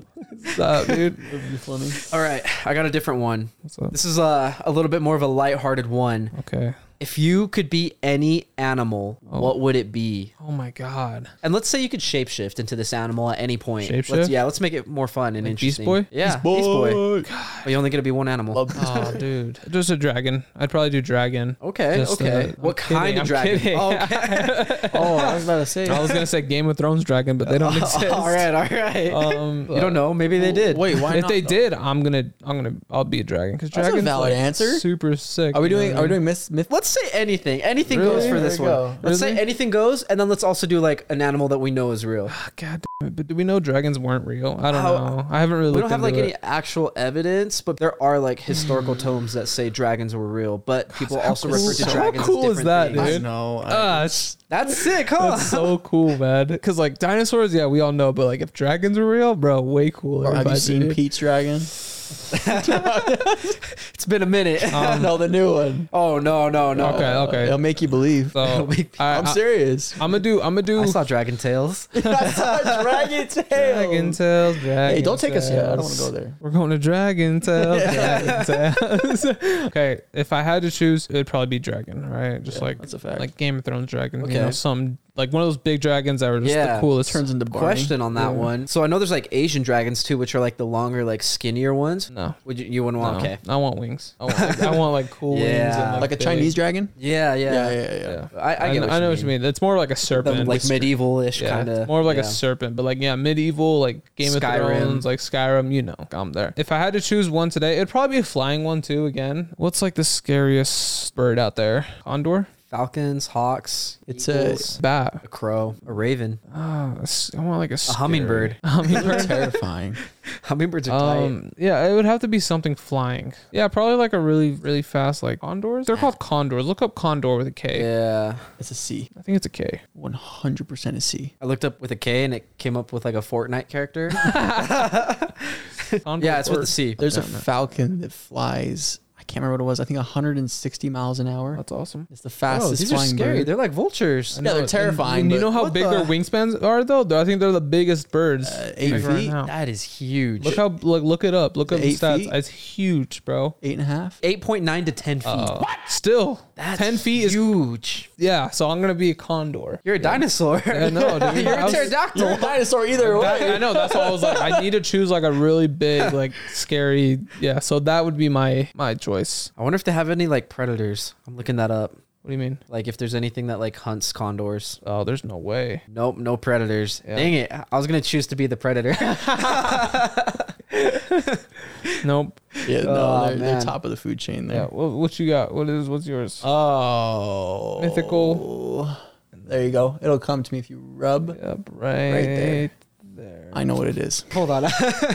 [SPEAKER 2] stop dude
[SPEAKER 1] That'd be funny.
[SPEAKER 3] All right, I got a different one.
[SPEAKER 2] What's up? Oh.
[SPEAKER 3] This is a a little bit more of a lighthearted one.
[SPEAKER 2] okay
[SPEAKER 3] If you could be any animal, what would it be?
[SPEAKER 2] oh my god
[SPEAKER 3] And let's say you could shapeshift into this animal at any point. Let's,
[SPEAKER 2] Shapeshift?
[SPEAKER 3] yeah, let's make it more fun and
[SPEAKER 2] Beast
[SPEAKER 3] interesting.
[SPEAKER 2] Boy?
[SPEAKER 3] Yeah, Beast Boy. But you're only gonna be one animal.
[SPEAKER 1] Love-
[SPEAKER 2] oh dude just a dragon I'd probably do dragon
[SPEAKER 3] okay,
[SPEAKER 2] Just,
[SPEAKER 3] okay.
[SPEAKER 2] uh,
[SPEAKER 3] what
[SPEAKER 2] I'm
[SPEAKER 3] kind
[SPEAKER 2] kidding,
[SPEAKER 3] of
[SPEAKER 2] I'm
[SPEAKER 3] dragon?
[SPEAKER 2] kidding.
[SPEAKER 3] Okay.
[SPEAKER 2] <laughs>
[SPEAKER 3] <laughs>
[SPEAKER 1] Oh, I was about to say.
[SPEAKER 2] I was gonna say Game of Thrones dragon but they don't <laughs> exist
[SPEAKER 3] all right, all right.
[SPEAKER 2] um
[SPEAKER 3] <laughs> you don't know. Maybe they did.
[SPEAKER 1] Wait, why
[SPEAKER 2] if
[SPEAKER 1] not?
[SPEAKER 2] they did, I'm gonna, I'm gonna, I'll be a dragon because
[SPEAKER 1] That's a
[SPEAKER 2] dragon's
[SPEAKER 1] valid
[SPEAKER 2] like
[SPEAKER 1] answer.
[SPEAKER 2] super sick.
[SPEAKER 1] Are we
[SPEAKER 2] you know
[SPEAKER 1] doing?
[SPEAKER 2] what I
[SPEAKER 1] Are we
[SPEAKER 2] mean?
[SPEAKER 1] doing myth? Myth?
[SPEAKER 3] Let's say anything. Anything
[SPEAKER 1] Really?
[SPEAKER 3] goes for
[SPEAKER 1] There
[SPEAKER 3] this
[SPEAKER 1] you
[SPEAKER 3] one.
[SPEAKER 1] go.
[SPEAKER 3] Let's say
[SPEAKER 2] Really?
[SPEAKER 3] anything goes, and then let's also do like an animal that we know is
[SPEAKER 2] <sighs>
[SPEAKER 3] real.
[SPEAKER 2] God damn it. But do we know dragons weren't real? I don't
[SPEAKER 3] How-
[SPEAKER 2] know. I haven't really
[SPEAKER 3] We
[SPEAKER 2] looked
[SPEAKER 3] don't have like
[SPEAKER 2] into
[SPEAKER 3] any actual evidence, but there are like
[SPEAKER 2] <sighs>
[SPEAKER 3] historical tomes that say dragons were real. But people also
[SPEAKER 2] cool-
[SPEAKER 3] refer to
[SPEAKER 2] how
[SPEAKER 3] dragons. as
[SPEAKER 2] cool is
[SPEAKER 3] different
[SPEAKER 2] that,
[SPEAKER 3] things.
[SPEAKER 2] dude?
[SPEAKER 1] I know. I-
[SPEAKER 2] it. Ah, it's-
[SPEAKER 3] That's sick, huh?
[SPEAKER 2] that's so cool, man. Because like dinosaurs, yeah, we all know. But like if dragons were real, bro, way cooler.
[SPEAKER 1] Or have
[SPEAKER 2] if I
[SPEAKER 1] you seen
[SPEAKER 2] did.
[SPEAKER 1] Pete's <laughs> Dragon?
[SPEAKER 3] it's been a minute.
[SPEAKER 1] no, the new one.
[SPEAKER 3] <laughs>
[SPEAKER 1] Uh,
[SPEAKER 3] oh no, no, no.
[SPEAKER 2] Oh. <laughs> Okay, okay.
[SPEAKER 1] It'll make you believe.
[SPEAKER 2] so
[SPEAKER 3] It'll make-
[SPEAKER 2] I,
[SPEAKER 1] I'm
[SPEAKER 2] <laughs>
[SPEAKER 1] serious.
[SPEAKER 2] am gonna do. I'm gonna do.
[SPEAKER 3] I saw Dragon Tales.
[SPEAKER 1] <laughs> dragon tail.
[SPEAKER 2] Dragon tails, dragon.
[SPEAKER 1] Oh. Hey, don't take us yet. I don't want to go
[SPEAKER 2] Tales.
[SPEAKER 1] there.
[SPEAKER 2] We're going to
[SPEAKER 1] <laughs>
[SPEAKER 2] Dragon Tales. Dragon Tales. <laughs> okay, if I had to choose, it'd probably be Dragon, right? Just like
[SPEAKER 1] that's a fact.
[SPEAKER 2] like Game of Thrones Dragon.
[SPEAKER 3] Okay.
[SPEAKER 2] You know, some like one of those big dragons that were just
[SPEAKER 3] Yeah.
[SPEAKER 2] the coolest.
[SPEAKER 1] Turns into Barney.
[SPEAKER 3] Question on that one. So I know there's like Asian dragons too, which are like the longer, like skinnier ones.
[SPEAKER 2] No.
[SPEAKER 3] Would you? You wouldn't want?
[SPEAKER 2] No,
[SPEAKER 3] Okay.
[SPEAKER 2] I want wings.
[SPEAKER 1] <laughs>
[SPEAKER 2] I want, like, I want like cool wings.
[SPEAKER 3] Yeah.
[SPEAKER 2] And,
[SPEAKER 1] Oh, Like a Chinese
[SPEAKER 2] big-
[SPEAKER 1] dragon?
[SPEAKER 3] Yeah, yeah.
[SPEAKER 1] Yeah, yeah, yeah.
[SPEAKER 2] Yeah.
[SPEAKER 3] I, I,
[SPEAKER 2] I,
[SPEAKER 3] get
[SPEAKER 2] kn-
[SPEAKER 3] what
[SPEAKER 2] I know
[SPEAKER 3] you
[SPEAKER 2] what you mean. It's more like a serpent.
[SPEAKER 3] The, like
[SPEAKER 2] It's-
[SPEAKER 3] medieval-ish
[SPEAKER 2] yeah,
[SPEAKER 3] kind of.
[SPEAKER 2] it's more of like
[SPEAKER 3] yeah.
[SPEAKER 2] a serpent, but like yeah, medieval, like Game of
[SPEAKER 3] Skyrim.
[SPEAKER 2] Thrones, like Skyrim. You know, I'm there. If I had to choose one today, it'd probably be a flying one too. Again, what's like the scariest bird out there? Condor,
[SPEAKER 3] Falcons, hawks.
[SPEAKER 1] It's a-
[SPEAKER 3] eagles,
[SPEAKER 2] bat.
[SPEAKER 3] a crow, a raven, <laughs>
[SPEAKER 2] Ah, s- I want like a,
[SPEAKER 3] a
[SPEAKER 2] scary-
[SPEAKER 3] hummingbird.
[SPEAKER 1] <laughs>
[SPEAKER 3] <laughs>
[SPEAKER 2] A hummingbird.
[SPEAKER 1] Terrifying.
[SPEAKER 3] Hummingbirds are tight.
[SPEAKER 2] Um, yeah, it would have to be something flying. Yeah, probably like a really, really fast like condors. They're called condors. Look up condor with a K. I
[SPEAKER 3] Yeah.
[SPEAKER 1] It's a C.
[SPEAKER 2] think it's a K.
[SPEAKER 1] 100% a C.
[SPEAKER 3] I looked up with a K and it came up with like a Fortnite character.
[SPEAKER 2] <laughs> Condor
[SPEAKER 3] yeah, it's with
[SPEAKER 2] bird.
[SPEAKER 3] a C.
[SPEAKER 1] There's a falcon that flies, I can't remember what it was, I think 160 miles an hour.
[SPEAKER 2] That's awesome.
[SPEAKER 1] It's the
[SPEAKER 3] Oh,
[SPEAKER 1] fastest
[SPEAKER 3] these are
[SPEAKER 1] flying
[SPEAKER 3] scary.
[SPEAKER 1] bird.
[SPEAKER 3] They're like vultures.
[SPEAKER 1] yeah, they're terrifying.
[SPEAKER 2] And you know how
[SPEAKER 3] what
[SPEAKER 2] big
[SPEAKER 3] the- Uh,
[SPEAKER 2] their wingspans are, though. They're- I think they're the biggest birds.
[SPEAKER 1] eight
[SPEAKER 2] like, right
[SPEAKER 1] feet?
[SPEAKER 2] now.
[SPEAKER 3] That is huge.
[SPEAKER 2] Look how like look it up. Look up the
[SPEAKER 1] Eight
[SPEAKER 2] stats.
[SPEAKER 1] feet?
[SPEAKER 2] It's huge, bro.
[SPEAKER 1] eight and a half?
[SPEAKER 3] 8.9 to 10 feet.
[SPEAKER 2] What? Still,
[SPEAKER 3] That's
[SPEAKER 2] ten feet is
[SPEAKER 3] huge.
[SPEAKER 2] yeah. So I'm gonna be a condor.
[SPEAKER 3] You're a dinosaur.
[SPEAKER 2] I know,
[SPEAKER 3] <laughs>
[SPEAKER 2] dude.
[SPEAKER 3] You're
[SPEAKER 2] I
[SPEAKER 3] a
[SPEAKER 2] was-
[SPEAKER 1] <laughs>
[SPEAKER 3] pterodactyl.
[SPEAKER 1] You're a dinosaur either
[SPEAKER 2] That-
[SPEAKER 1] way.
[SPEAKER 2] I know. That's why I was like, I need to choose like a really big, like scary. Yeah. So that would be my my choice.
[SPEAKER 3] I wonder if they have any like predators. I'm looking that up.
[SPEAKER 2] What do you mean?
[SPEAKER 3] Like if there's anything that like hunts condors.
[SPEAKER 2] Oh, there's no way.
[SPEAKER 3] Nope, no predators. Dang it. I was going to choose to be the predator. <laughs>
[SPEAKER 2] Nope.
[SPEAKER 1] Yeah, no,
[SPEAKER 3] Oh,
[SPEAKER 1] they're, they're
[SPEAKER 3] man.
[SPEAKER 1] top of the food chain
[SPEAKER 2] Yeah.
[SPEAKER 1] there.
[SPEAKER 2] What, what you got? What is what's
[SPEAKER 1] Uh,
[SPEAKER 2] yours?
[SPEAKER 1] Oh.
[SPEAKER 2] Mythical.
[SPEAKER 1] There you go. It'll come to me if you rub.
[SPEAKER 2] Yep, right,
[SPEAKER 1] there.
[SPEAKER 2] there.
[SPEAKER 1] I know what it <laughs> is.
[SPEAKER 3] Hold on. <laughs>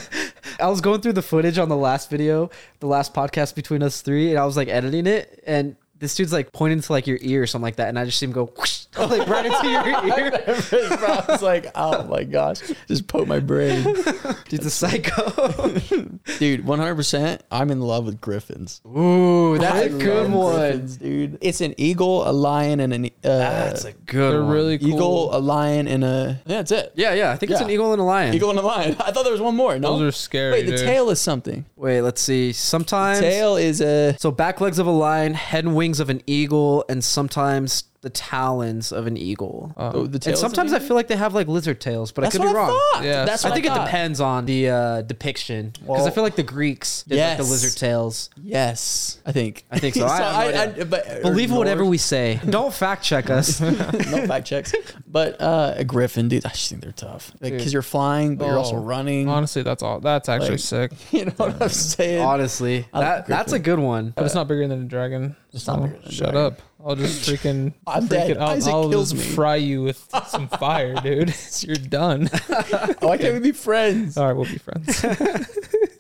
[SPEAKER 3] I was going through the footage on the last video, the last podcast between us three, and I was like editing it, and this dude's like pointing to like your ear or something like that, and I just see him go. Whoosh. <laughs> like right into your ear. <laughs>
[SPEAKER 1] I was like, oh my gosh, just poke my brain,
[SPEAKER 3] Dude, the psycho.
[SPEAKER 1] <laughs>
[SPEAKER 3] <laughs>
[SPEAKER 1] dude. One hundred percent. I'm in love with griffins.
[SPEAKER 3] Ooh, that's
[SPEAKER 1] I
[SPEAKER 3] a
[SPEAKER 1] love
[SPEAKER 3] good one.
[SPEAKER 1] griffins, dude. It's an eagle, a lion, and an uh,
[SPEAKER 3] Ah, That's a good
[SPEAKER 2] They're
[SPEAKER 3] one.
[SPEAKER 2] really cool.
[SPEAKER 1] eagle, a lion, and a yeah. That's it.
[SPEAKER 3] Yeah, yeah. I think it's
[SPEAKER 1] Yeah.
[SPEAKER 3] an eagle and a lion.
[SPEAKER 1] Eagle and a lion. <laughs> I thought there was one more. No,
[SPEAKER 2] Those are scary.
[SPEAKER 1] Wait, the
[SPEAKER 2] dude.
[SPEAKER 1] tail is something.
[SPEAKER 3] Wait, let's see. Sometimes
[SPEAKER 1] Tail is a
[SPEAKER 3] So back legs of a lion, head and wings of an eagle, and sometimes the talons of an eagle.
[SPEAKER 1] oh, the tail.
[SPEAKER 3] and
[SPEAKER 1] is
[SPEAKER 3] sometimes
[SPEAKER 1] an
[SPEAKER 3] I
[SPEAKER 1] eagle?
[SPEAKER 3] feel like they have like lizard tails, but
[SPEAKER 1] that's
[SPEAKER 3] I could
[SPEAKER 1] what
[SPEAKER 3] be wrong.
[SPEAKER 1] I thought.
[SPEAKER 2] Yes.
[SPEAKER 1] That's
[SPEAKER 3] I
[SPEAKER 1] what
[SPEAKER 3] think it
[SPEAKER 1] thought.
[SPEAKER 3] depends on the uh, depiction because I
[SPEAKER 1] Well-
[SPEAKER 3] feel like the Greeks did like
[SPEAKER 1] Yes.
[SPEAKER 3] the lizard tails.
[SPEAKER 1] Yes, I think.
[SPEAKER 3] I think
[SPEAKER 1] <laughs>
[SPEAKER 3] so. I have no idea.
[SPEAKER 1] but,
[SPEAKER 3] Believe
[SPEAKER 1] or
[SPEAKER 3] whatever
[SPEAKER 1] Norse.
[SPEAKER 3] we say. Don't fact check
[SPEAKER 1] <laughs>
[SPEAKER 3] us.
[SPEAKER 1] no fact checks. But uh, a griffin, dude, I just think they're tough. Like, because you're flying, but you're also
[SPEAKER 2] Oh.
[SPEAKER 1] running.
[SPEAKER 2] Honestly, that's all. That's actually
[SPEAKER 1] Like-
[SPEAKER 2] sick.
[SPEAKER 1] <laughs> you know what I'm saying?
[SPEAKER 3] Honestly,
[SPEAKER 1] like
[SPEAKER 3] that that's a
[SPEAKER 1] griffin.
[SPEAKER 3] good one.
[SPEAKER 2] But it's not bigger than a dragon.
[SPEAKER 1] It's not
[SPEAKER 2] so
[SPEAKER 1] bigger than a
[SPEAKER 2] shut
[SPEAKER 1] dragon.
[SPEAKER 2] up. I'll
[SPEAKER 1] <laughs>
[SPEAKER 2] just freaking.
[SPEAKER 1] I'm
[SPEAKER 2] freaking,
[SPEAKER 1] dead.
[SPEAKER 2] I'll,
[SPEAKER 1] Isaac
[SPEAKER 2] I'll
[SPEAKER 1] kills
[SPEAKER 2] just
[SPEAKER 1] me.
[SPEAKER 2] fry you with some fire,
[SPEAKER 1] <laughs>
[SPEAKER 2] dude. <laughs> You're done.
[SPEAKER 1] Oh, <laughs> why can't we be friends?
[SPEAKER 2] All right, we'll be friends.
[SPEAKER 1] <laughs>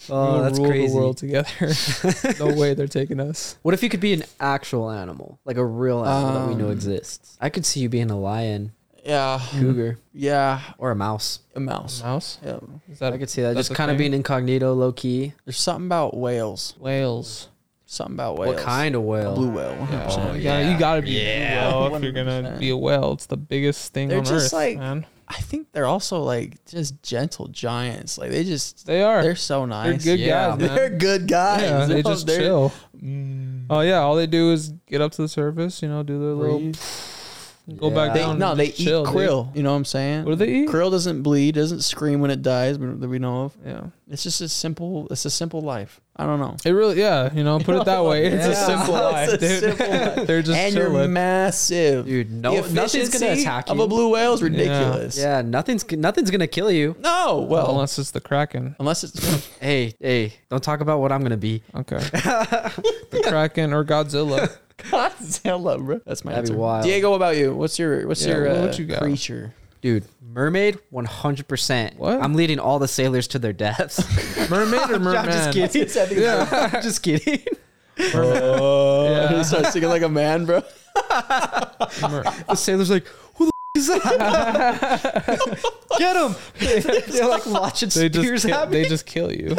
[SPEAKER 3] Oh,
[SPEAKER 2] we'll
[SPEAKER 3] that's
[SPEAKER 2] rule
[SPEAKER 3] crazy.
[SPEAKER 2] the world together.
[SPEAKER 1] <laughs>
[SPEAKER 2] no way they're taking us.
[SPEAKER 3] What if you could be an actual animal, like a real animal that we
[SPEAKER 2] Um,
[SPEAKER 3] know exists? I could see you being a lion,
[SPEAKER 1] Yeah,
[SPEAKER 2] Mm.
[SPEAKER 3] cougar,
[SPEAKER 1] yeah.
[SPEAKER 3] or a mouse.
[SPEAKER 1] A mouse.
[SPEAKER 2] Mouse?
[SPEAKER 1] Yeah.
[SPEAKER 2] Is that
[SPEAKER 3] I could see that.
[SPEAKER 2] that's
[SPEAKER 3] Just
[SPEAKER 2] a
[SPEAKER 3] kind of
[SPEAKER 2] thing?
[SPEAKER 3] being incognito, low key.
[SPEAKER 1] There's something about whales.
[SPEAKER 2] whales?
[SPEAKER 1] Something about whales.
[SPEAKER 3] What kind of whale?
[SPEAKER 1] Blue whale. 100%.
[SPEAKER 2] Oh, yeah. You gotta be
[SPEAKER 3] Yeah.
[SPEAKER 2] yeah. a whale if you're gonna
[SPEAKER 1] 100%.
[SPEAKER 2] be a whale. It's the biggest thing
[SPEAKER 1] They're
[SPEAKER 2] on
[SPEAKER 1] just
[SPEAKER 2] earth,
[SPEAKER 1] like-
[SPEAKER 2] man.
[SPEAKER 1] I think they're also like just gentle giants. Like they just
[SPEAKER 2] They are.
[SPEAKER 1] they're
[SPEAKER 2] They're,
[SPEAKER 1] so nice.
[SPEAKER 2] good
[SPEAKER 3] Yeah,
[SPEAKER 2] guys, man.
[SPEAKER 1] They're good guys.
[SPEAKER 2] yeah, they
[SPEAKER 1] No,
[SPEAKER 2] just
[SPEAKER 1] they're- Mm.
[SPEAKER 2] chill. Oh yeah, all they do is get up to the surface, you know, do their little,
[SPEAKER 1] Breathe.
[SPEAKER 2] go back
[SPEAKER 3] They-
[SPEAKER 1] They,
[SPEAKER 2] down.
[SPEAKER 1] no,
[SPEAKER 2] and
[SPEAKER 1] they eat
[SPEAKER 2] just chill, dude.
[SPEAKER 1] krill. You know what I'm saying?
[SPEAKER 2] What do they eat?
[SPEAKER 1] Krill doesn't bleed, doesn't scream when it dies, but- that we know of.
[SPEAKER 2] Yeah,
[SPEAKER 1] It's just a simple. It's a simple life. I don't know.
[SPEAKER 2] it really, yeah, you know, put it that way. It's a
[SPEAKER 1] Yeah.
[SPEAKER 3] <laughs>
[SPEAKER 2] simple life,
[SPEAKER 1] <laughs> It's a
[SPEAKER 2] dude.
[SPEAKER 1] simple life.
[SPEAKER 2] <laughs> They're just
[SPEAKER 1] and you're
[SPEAKER 2] chilling.
[SPEAKER 1] massive,
[SPEAKER 3] Dude, no-
[SPEAKER 1] The
[SPEAKER 3] nothing's gonna
[SPEAKER 1] efficiency
[SPEAKER 3] attack
[SPEAKER 1] Of
[SPEAKER 3] you.
[SPEAKER 1] a blue whale is ridiculous.
[SPEAKER 3] Yeah, nothing's nothing's gonna kill you.
[SPEAKER 1] No. Well, unless,
[SPEAKER 2] Unless it's the kraken.
[SPEAKER 3] <laughs>
[SPEAKER 1] it's
[SPEAKER 3] Hey, hey, don't talk about what I'm gonna be. <laughs>
[SPEAKER 2] Okay, the kraken or Godzilla.
[SPEAKER 1] Godzilla, bro. That's my
[SPEAKER 3] That'd be
[SPEAKER 1] answer.
[SPEAKER 3] wild.
[SPEAKER 1] Diego, what about you? What's your what's
[SPEAKER 2] Yeah,
[SPEAKER 1] your
[SPEAKER 2] what
[SPEAKER 1] uh,
[SPEAKER 2] you got?
[SPEAKER 1] creature?
[SPEAKER 3] Dude, mermaid, 100. percent
[SPEAKER 2] What?
[SPEAKER 3] I'm leading all the sailors to their
[SPEAKER 2] <laughs>
[SPEAKER 3] deaths. <laughs>
[SPEAKER 2] Mermaid or merman?
[SPEAKER 3] I'm just kidding.
[SPEAKER 1] Yeah.
[SPEAKER 3] I'm just kidding.
[SPEAKER 1] Oh,
[SPEAKER 2] Yeah.
[SPEAKER 1] he starts singing like a man, bro.
[SPEAKER 2] Mer-
[SPEAKER 3] <laughs> The sailors like, who the f- is that? <laughs> Get him! <laughs> They're like launching
[SPEAKER 2] <laughs> they
[SPEAKER 3] spears
[SPEAKER 2] just kill,
[SPEAKER 3] at me.
[SPEAKER 2] they just kill you.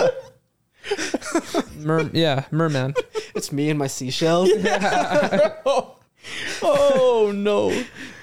[SPEAKER 3] <laughs>
[SPEAKER 2] Mer- yeah, merman.
[SPEAKER 3] It's me and my seashells.
[SPEAKER 1] Oh no!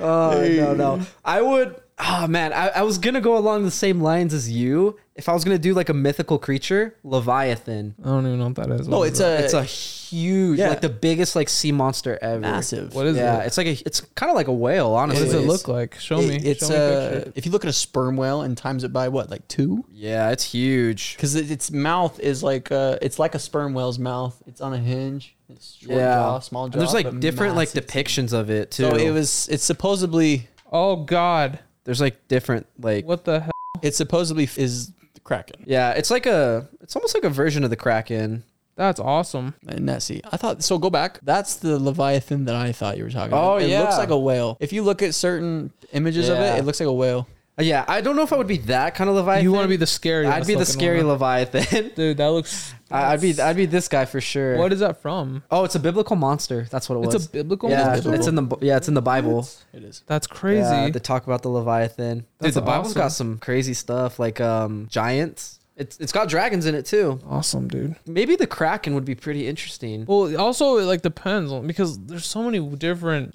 [SPEAKER 3] Oh no no! I would. Oh man, I, I was gonna go along the same lines as you. If I was gonna do like a mythical creature, Leviathan.
[SPEAKER 2] I don't even know what that is. What
[SPEAKER 1] Oh,
[SPEAKER 2] is
[SPEAKER 1] it's
[SPEAKER 2] that?
[SPEAKER 1] a
[SPEAKER 3] It's a huge,
[SPEAKER 1] Yeah.
[SPEAKER 3] like the biggest like sea monster ever.
[SPEAKER 1] massive.
[SPEAKER 2] What is
[SPEAKER 3] yeah,
[SPEAKER 2] it?
[SPEAKER 3] it's like a, it's kind of like a whale,
[SPEAKER 2] What
[SPEAKER 3] honestly.
[SPEAKER 2] does it
[SPEAKER 1] it's-
[SPEAKER 2] look like? Show me.
[SPEAKER 1] It- it's
[SPEAKER 2] Show me a
[SPEAKER 1] uh,
[SPEAKER 2] picture.
[SPEAKER 1] if you look at a sperm whale and times it by what, like two?
[SPEAKER 3] Yeah, it's huge.
[SPEAKER 1] Because it, its mouth is like uh, it's like a sperm whale's mouth. It's on a hinge. It's short
[SPEAKER 3] yeah,
[SPEAKER 1] jaw, small jaw.
[SPEAKER 3] There's like
[SPEAKER 1] but
[SPEAKER 3] different like
[SPEAKER 1] massive.
[SPEAKER 3] depictions of it too.
[SPEAKER 1] So it was. It's supposedly.
[SPEAKER 2] Oh God,
[SPEAKER 3] There's like different like.
[SPEAKER 2] what the hell?
[SPEAKER 1] It supposedly is the kraken
[SPEAKER 3] Yeah, it's like a. It's almost like a version of the kraken.
[SPEAKER 2] That's awesome.
[SPEAKER 1] in that sea. I thought so. Go back. That's the leviathan that I thought you were talking
[SPEAKER 3] Oh,
[SPEAKER 1] about. it
[SPEAKER 3] yeah.
[SPEAKER 1] looks like a whale. If you look at certain images of
[SPEAKER 3] Yeah.
[SPEAKER 1] it, it looks like a whale.
[SPEAKER 3] Uh, Yeah, I don't know if I would be that kind of Leviathan.
[SPEAKER 2] You want to be the scary?
[SPEAKER 3] I'd be the scary Leviathan. <laughs>
[SPEAKER 2] dude. That looks.
[SPEAKER 3] I- I'd be I'd be this guy for sure.
[SPEAKER 2] What is that from?
[SPEAKER 3] Oh, it's a biblical monster. That's what it was.
[SPEAKER 2] It's a biblical.
[SPEAKER 3] yeah,
[SPEAKER 2] Yeah,
[SPEAKER 1] monster?
[SPEAKER 3] it's in the Bi- yeah, it's in the Bible.
[SPEAKER 1] It is.
[SPEAKER 2] that's crazy.
[SPEAKER 3] Yeah, they talk about the Leviathan. Dude,
[SPEAKER 2] That's
[SPEAKER 3] the Bible's
[SPEAKER 2] awesome.
[SPEAKER 3] got some crazy stuff like um giants. It's it's got dragons in it too.
[SPEAKER 2] awesome, dude.
[SPEAKER 3] Maybe the Kraken would be pretty interesting.
[SPEAKER 2] Well, it also it like depends on because there's so many different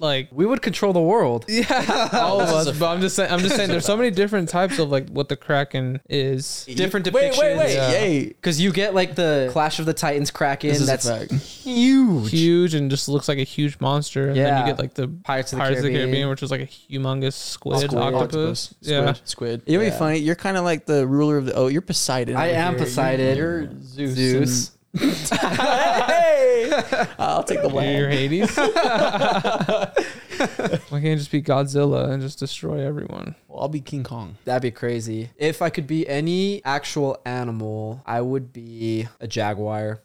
[SPEAKER 3] <laughs>
[SPEAKER 2] like.
[SPEAKER 3] We would control the world.
[SPEAKER 2] Yeah, all of us. But I'm just saying. I'm just saying. There's so many different types of like what the kraken is.
[SPEAKER 3] Different
[SPEAKER 1] Wait, wait, wait!
[SPEAKER 3] depictions.
[SPEAKER 2] Yeah.
[SPEAKER 1] Yay!
[SPEAKER 3] Because you get like the Clash of the Titans Kraken.
[SPEAKER 1] This is
[SPEAKER 3] That's
[SPEAKER 1] a fact.
[SPEAKER 3] huge.
[SPEAKER 2] Huge and just looks like a huge monster. And then
[SPEAKER 3] Yeah.
[SPEAKER 2] you get like the
[SPEAKER 3] Pirates of the Caribbean,
[SPEAKER 2] Caribbean, which is like a humongous squid,
[SPEAKER 3] Squid.
[SPEAKER 2] octopus.
[SPEAKER 1] Octopus.
[SPEAKER 2] Yeah.
[SPEAKER 1] Squid. Squid. You know what'd be funny? You're kind of like the ruler of the. Oh, you're Poseidon.
[SPEAKER 3] I
[SPEAKER 1] over
[SPEAKER 3] am
[SPEAKER 1] here.
[SPEAKER 3] Poseidon.
[SPEAKER 1] You're Zeus.
[SPEAKER 3] <laughs> Zeus.
[SPEAKER 1] hey! I'll take the
[SPEAKER 2] You're
[SPEAKER 1] land.
[SPEAKER 3] <laughs>
[SPEAKER 2] Hades. <laughs> Why can't it just be Godzilla and just destroy everyone?
[SPEAKER 1] Well, I'll be King Kong.
[SPEAKER 3] That'd be crazy. If I could be any actual animal, I would be a jaguar.